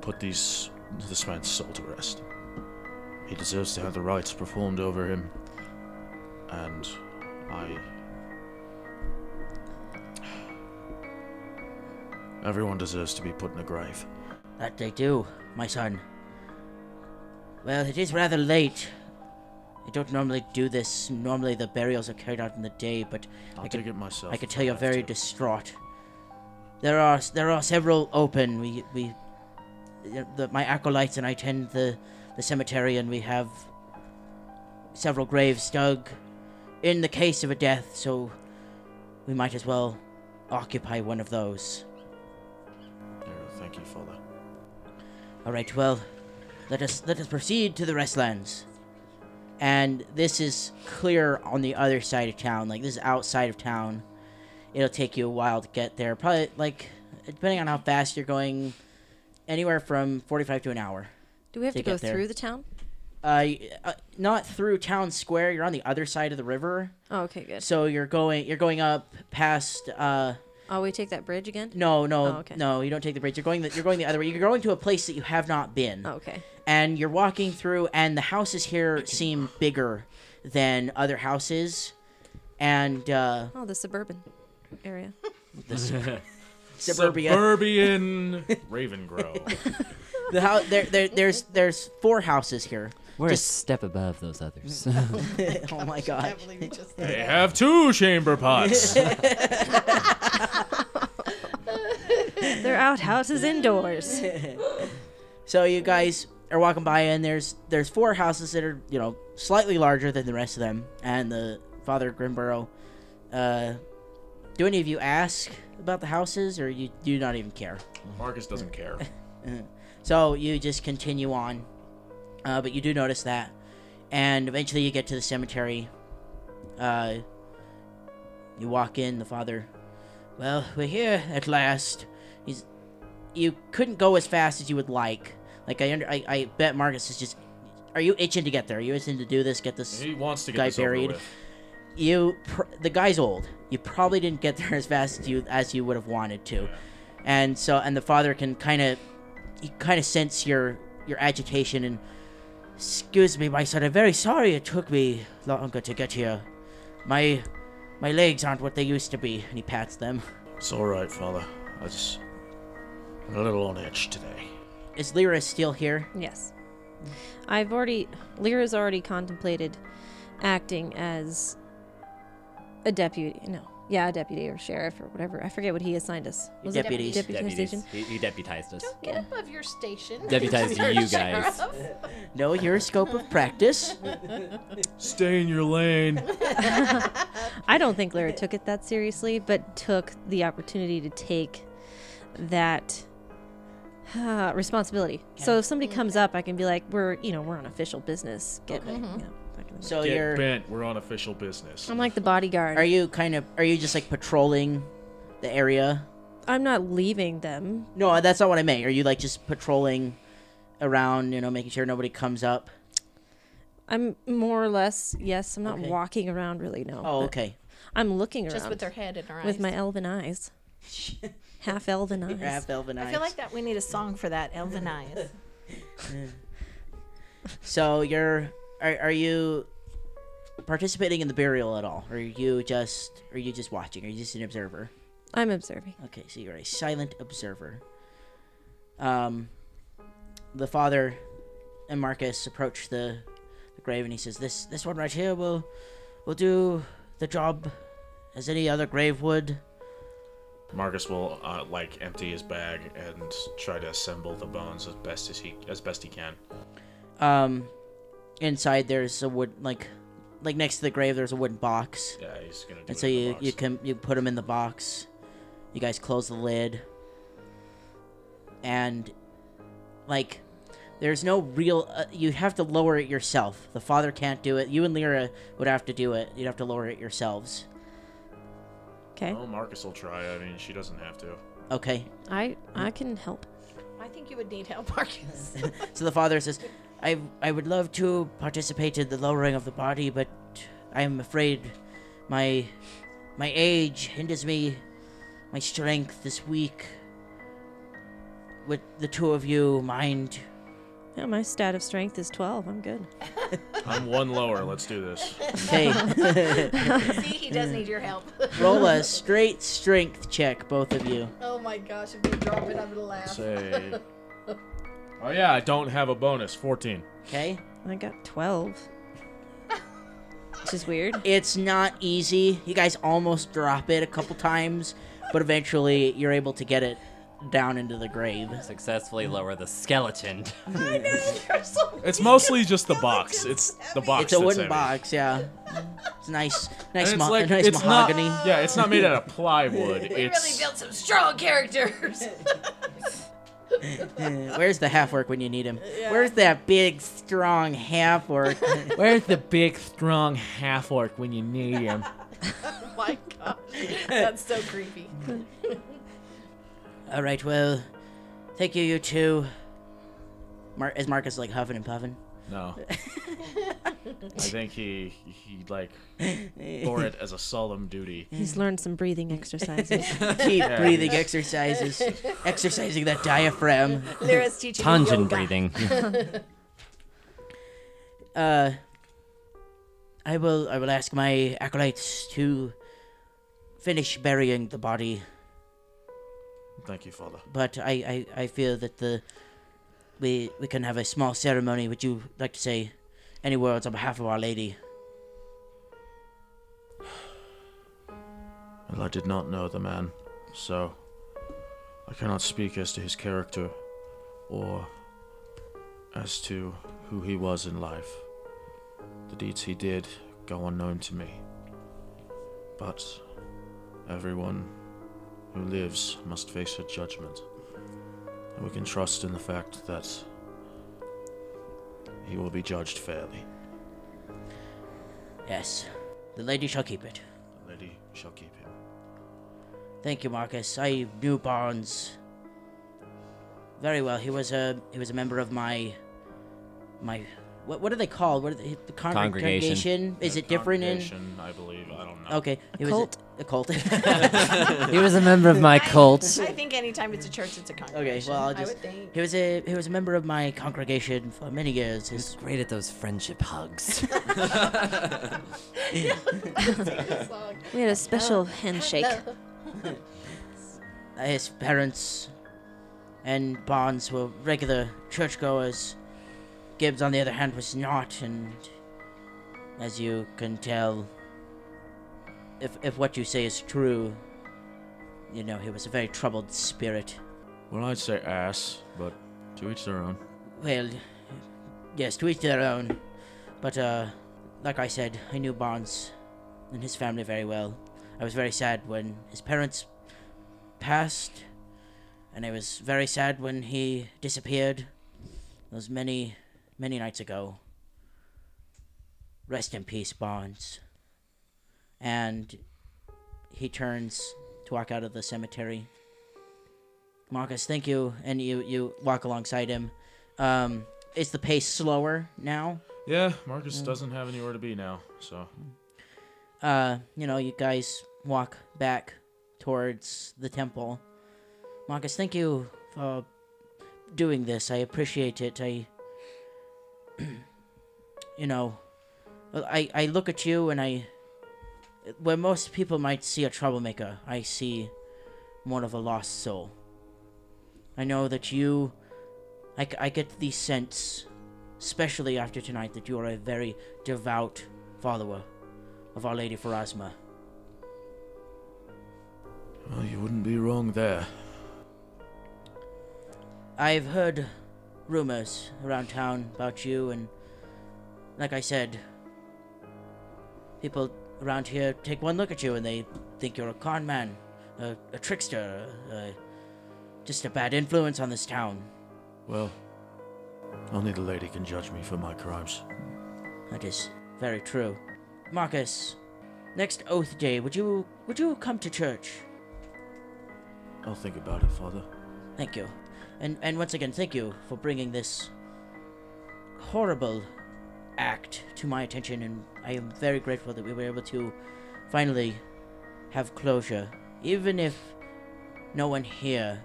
put these this man's soul to rest. He deserves to have the rites performed over him. And I. Everyone deserves to be put in a grave.
That they do, my son. Well, it is rather late. I don't normally do this. Normally the burials are carried out in the day, but
I'll
I
dig
can,
it myself.
I can
if
tell you're
have
very
to.
distraught. There are s- there are several open. We we the, the- my acolytes and I tend the the cemetery, and we have several graves dug in the case of a death. So we might as well occupy one of those.
Yeah, thank you, Father.
All right, well, let us let us proceed to the restlands. And this is clear on the other side of town. Like this is outside of town. It'll take you a while to get there. Probably like depending on how fast you're going, anywhere from 45 to an hour.
Do we have
To
to go
get there.
through the town?
Uh, y- uh, not through town square. You're on the other side of the river,
Oh, okay, good.
so you're going you're going up past. Uh,
Oh, we take that bridge again?
no, no,
Oh, okay.
no. You don't take the bridge. You're going the, you're going the other way. You're going to a place that you have not been
Oh, okay.
and you're walking through and the houses here seem bigger than other houses and uh
Oh, the suburban area.
suburbia
Suburban Ravengrow.
the house there, there there's there's four houses here
We're
Just-
a step above those others.
oh my god
they have two chamber pots.
They're outhouses indoors.
so you guys are walking by and there's there's four houses that are you know slightly larger than the rest of them and the father grimborough uh do any of you ask about the houses or you do not even care
Marcus doesn't care.
So you just continue on, uh, but you do notice that, and eventually you get to the cemetery. Uh, you walk in. The father, well, we're here at last. He's, you couldn't go as fast as you would like. Like I under, I, I bet Marcus is just. Are you itching to get there? Are you itching to do this? Get this
He wants to get
guy
this
buried.
over with.
you pr- the guy's old. You probably didn't get there as fast as you as you would have wanted to, and so and the father can kind of he kind of sense your your agitation and excuse me, my son. I'm very sorry it took me longer to get here. My my legs aren't what they used to be, and he pats them.
It's all right, Father. I just I'm a little on edge today.
Is Lyra still here?
Yes. I've already. Lyra's already contemplated acting as a deputy. No. Yeah, a deputy or sheriff or whatever. I forget what he assigned us. Was it
Deputies.
deputy station?
He, he deputized us.
Yeah.
Above your station.
Deputized you guys.
Know your scope of practice.
Stay in your lane.
I don't think Lyra took it that seriously, but took the opportunity to take that uh, responsibility. So if somebody comes up, I can be like, "We're, you know, we're on official business. Get back." you know, that kind of thing.
So
Get
you're
bent. We're on official business.
I'm like the bodyguard.
are you kind of are you just like patrolling the area?
I'm not leaving them.
No, that's not what I meant. Are you like just patrolling around, you know, making sure nobody comes up?
I'm more or less. Yes, I'm not
Okay.
walking around really. No.
Oh,
but
okay.
I'm looking around
Just with her head in her eyes.
with my elven eyes, half elven eyes.
Half elven eyes.
I feel like that we need a song for that, Elven Eyes.
So you're are, are you participating in the burial at all? Or are you just are you just watching? Are you just an observer?
I'm observing.
Oh.
Okay, so you're a silent observer. Um the father and Marcus approach the, the grave and he says, This this one right here will will do the job as any other grave would.
Marcus will uh, like empty his bag and try to assemble the bones as best as he as best he can.
Um, inside there's a wood like, like next to the grave there's a wooden box,
Yeah, he's gonna do
and
it
so
in the
you
box.
you can you put them in the box. You guys close the lid, and like, there's no real. Uh, you have to lower it yourself. The father can't do it. You and Lyra would have to do it. You'd have to lower it yourselves.
Okay.
Well, Oh, Marcus will try. I mean, she doesn't have to.
Okay.
I I can help.
I think you would need help, Marcus.
So the father says, I, I would love to participate in the lowering of the body, but I'm afraid my my age hinders me. My strength is weak. Would the two of you mind
Yeah, my stat of strength is 12. I'm good.
I'm one lower. Let's do this.
Hey,
See, he does need your help.
roll a straight strength check, both of you.
oh my gosh, if you drop it, I'm gonna laugh.
Say. Oh yeah, I don't have a bonus. Fourteen.
Okay.
I got 12. Which is weird.
Mm.
It's not easy. You guys almost drop it a couple times, but eventually you're able to get it down into the grave.
Successfully lower the skeleton.
It's mostly just the box. It's the box.
It's a
that's
wooden
heavy.
box, yeah. It's nice, nice,
And
mo-
it's like
nice
it's
mahogany.
not. Yeah, it's not made out of plywood. It's
Built some strong characters.
Uh, Where's the half orc when you need him? Where's that big, strong half orc?
Where's the big, strong half orc when you need him?
my gosh, that's so creepy.
All right, well, thank you, you two. Mar- is Marcus like huffing and puffing?
No. I think he he like bore it as a solemn duty.
He's learned some breathing exercises.
Keep breathing exercises, exercising that diaphragm.
Lyra's teaching me
Tangent
yoga.
breathing.
Uh, I will. I will ask my acolytes to finish burying the body,
Thank you, Father.
but I, I, I feel that the we we can have a small ceremony. Would you like to say any words on behalf of Our Lady?
Well, I did not know the man, so I cannot speak as to his character or as to who he was in life. The deeds he did go unknown to me. But everyone who lives must face a judgment. And we can trust in the fact that he will be judged fairly.
Yes, the lady shall keep it.
The lady shall keep him.
Thank you, Marcus. I knew Barnes very well. He was a he was a member of my my what what are they called? What are they, the con-
Congregation.
congregation? Is it different in?
I believe. I don't know.
Okay, he was
cult.
A, a cult.
he was a member of my cult.
I think anytime it's a church, it's a
okay,
congregation.
well I'll
I
just.
would think.
He was a he was a member of my congregation for many years. His
Great at those friendship hugs.
we had a special handshake.
his parents and Barnes were regular churchgoers. Gibbs, on the other hand, was not, and as you can tell, if, if what you say is true, you know, he was a very troubled spirit.
Well, I'd say ass, but to each their own.
Well, yes, to each their own. But, uh, like I said, I knew Barnes and his family very well. I was very sad when his parents passed, and I was very sad when he disappeared. Those many, many nights ago. Rest in peace, Barnes. And he turns to walk out of the cemetery. Marcus, thank you. And you, you walk alongside him. Um, is the pace slower now?
Yeah, Marcus
Mm.
doesn't have anywhere to be now, so
Uh, you know, you guys walk back towards the temple. Marcus, thank you for doing this. I appreciate it. I, you know, well, I, I look at you and I, where most people might see a troublemaker, I see more of a lost soul. I know that you, I, I get the sense, especially after tonight, that you are a very devout follower of Our Lady Pharasma.
well, you wouldn't be wrong there.
I've heard rumors around town about you, and like I said, people around here take one look at you and they think you're a con man, a, a trickster, a, just a bad influence on this town.
Well, only the lady can judge me for my crimes.
That is very true. Marcus, next Oath Day, would you would you come to church?
I'll think about it, Father.
Thank you. And and once again, thank you for bringing this horrible act to my attention and I am very grateful that we were able to finally have closure even if no one here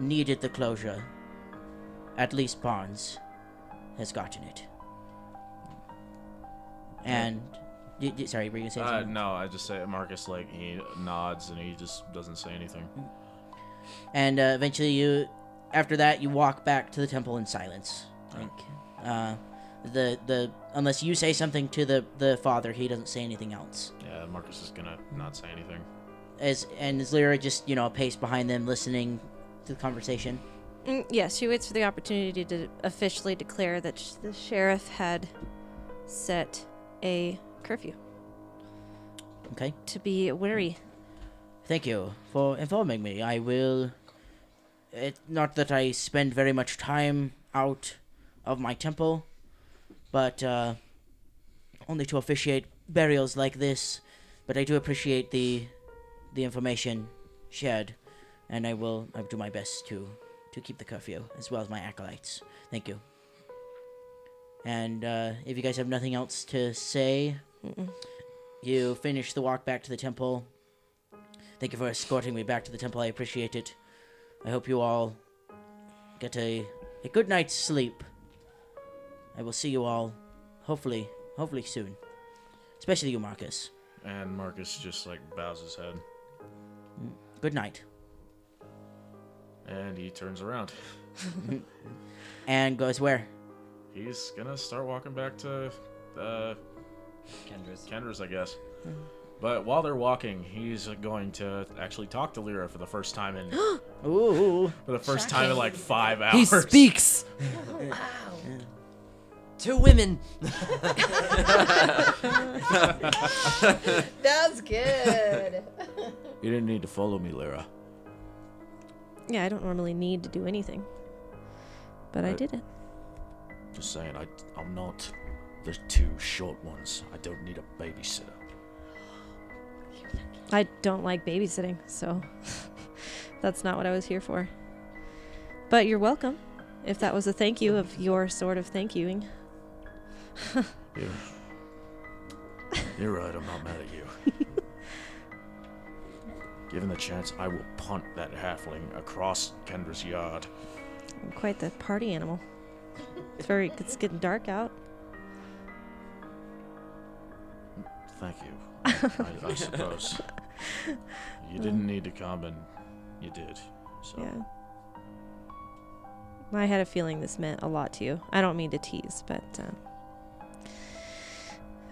needed the closure. at least Barnes has gotten it. And y- y- sorry, were you gonna say
Uh,
something?
no, I just say Marcus like he nods and he just doesn't say anything.
And uh, eventually, you after that you walk back to the temple in silence. Like, uh, the the unless you say something to the the father, he doesn't say anything else.
Yeah, Marcus is gonna not say anything.
As and as Lyra just you know pace behind them, listening to the conversation.
Mm, yes, she waits for the opportunity to officially declare that sh- the sheriff had set a curfew
Okay,
to be wary.
thank you for informing me. I will. It not that I spend very much time out of my temple, but uh, only to officiate burials like this. But I do appreciate the the information shared, and I will I will do my best to to keep the curfew as well as my acolytes. Thank you. And uh, if you guys have nothing else to say, you finish the walk back to the temple. Thank you for escorting me back to the temple. I appreciate it. I hope you all get a, a good night's sleep. I will see you all, hopefully, hopefully soon. Especially you, Marcus.
And Marcus just like bows his head
Good night.
and he turns around.
And goes where?
He's gonna start walking back to uh,
Kendra's.
Kendra's, I guess. But while they're walking, he's going to actually talk to Lyra for the first time in for
Ooh.
the first time in like five hours.
He speaks. To women.
That's good.
You didn't need to follow me, Lyra.
Yeah, I don't normally need to do anything, but I
Right.
did it.
Just saying, I I'm not the two short ones. I don't need a babysitter.
I don't like babysitting, so that's not what I was here for. But you're welcome. If that was a thank you of your sort of thank youing.
You're, you're right, I'm not mad at you. Given the chance, I will punt that halfling across Kendra's yard.
I'm quite the party animal. It's very it's getting dark out.
Thank you. I, I suppose. You didn't need to come, and you did. So,
Yeah. I had a feeling this meant a lot to you. I don't mean to tease, but um,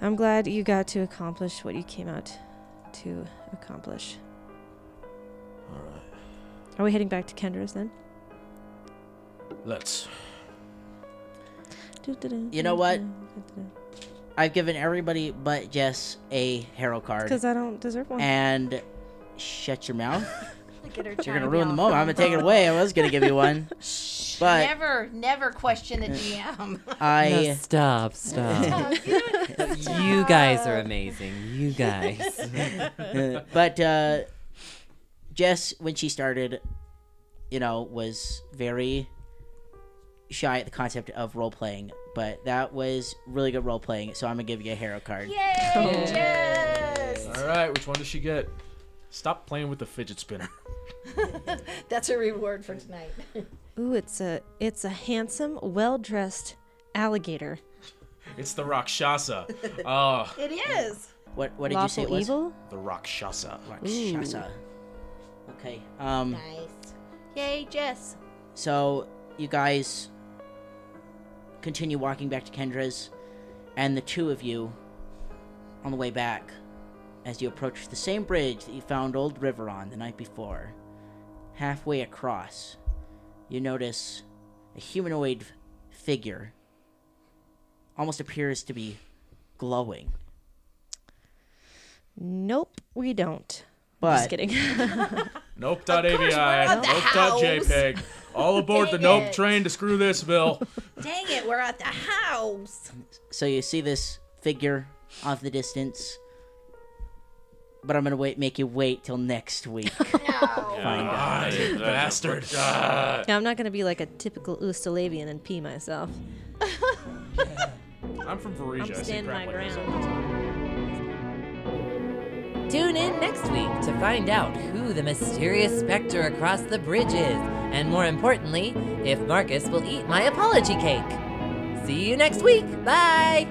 I'm glad you got to accomplish what you came out to accomplish.
alright.
Are we heading back to Kendra's then?
Let's.
You know what? I've given everybody but Jess a hero card.
Because I don't deserve one.
And shut your mouth.
Get her
You're gonna ruin the moment. I'm gonna take it away. I was gonna give you one, but
Never, never question the DM.
Oh.
No,
I
stop, stop. you guys are amazing. You guys.
but uh, Jess, when she started, you know, was very shy at the concept of role playing, but that was really good role playing. So I'm gonna give you a hero card.
Yay, Jess!
Alright, which one does she get? Stop playing with the fidget spinner.
That's her reward for tonight.
Ooh, it's a it's a handsome, well dressed alligator.
It's the Rakshasa. Oh,
It is.
What What did you say?
Lawful
It was?
evil?
the Rakshasa.
Rakshasa. Okay. Um.
Nice. Yay, Jess.
So you guys continue walking back to Kendra's, and the two of you, on the way back, as you approach the same bridge that you found Old River on the night before, halfway across, you notice a humanoid figure. Almost appears to be glowing,
Nope, we don't. Just
but
kidding.
Nope.avi. Nope.jpg. All aboard the Nope train to screw this, Bill.
Dang it, we're at the house.
so you see this figure off the distance. But I'm gonna wait, make you wait till next week.
Ah, you bastard. Ah.
now, I'm not going to be like a typical Ustalavian and pee myself.
I'm from Varese.
I'm
I see
standing
crap
my
like this all
ground.
Tune in next week to find out who the mysterious specter across the bridge is, and more importantly, if Marcus will eat my apology cake. See you next week. Bye!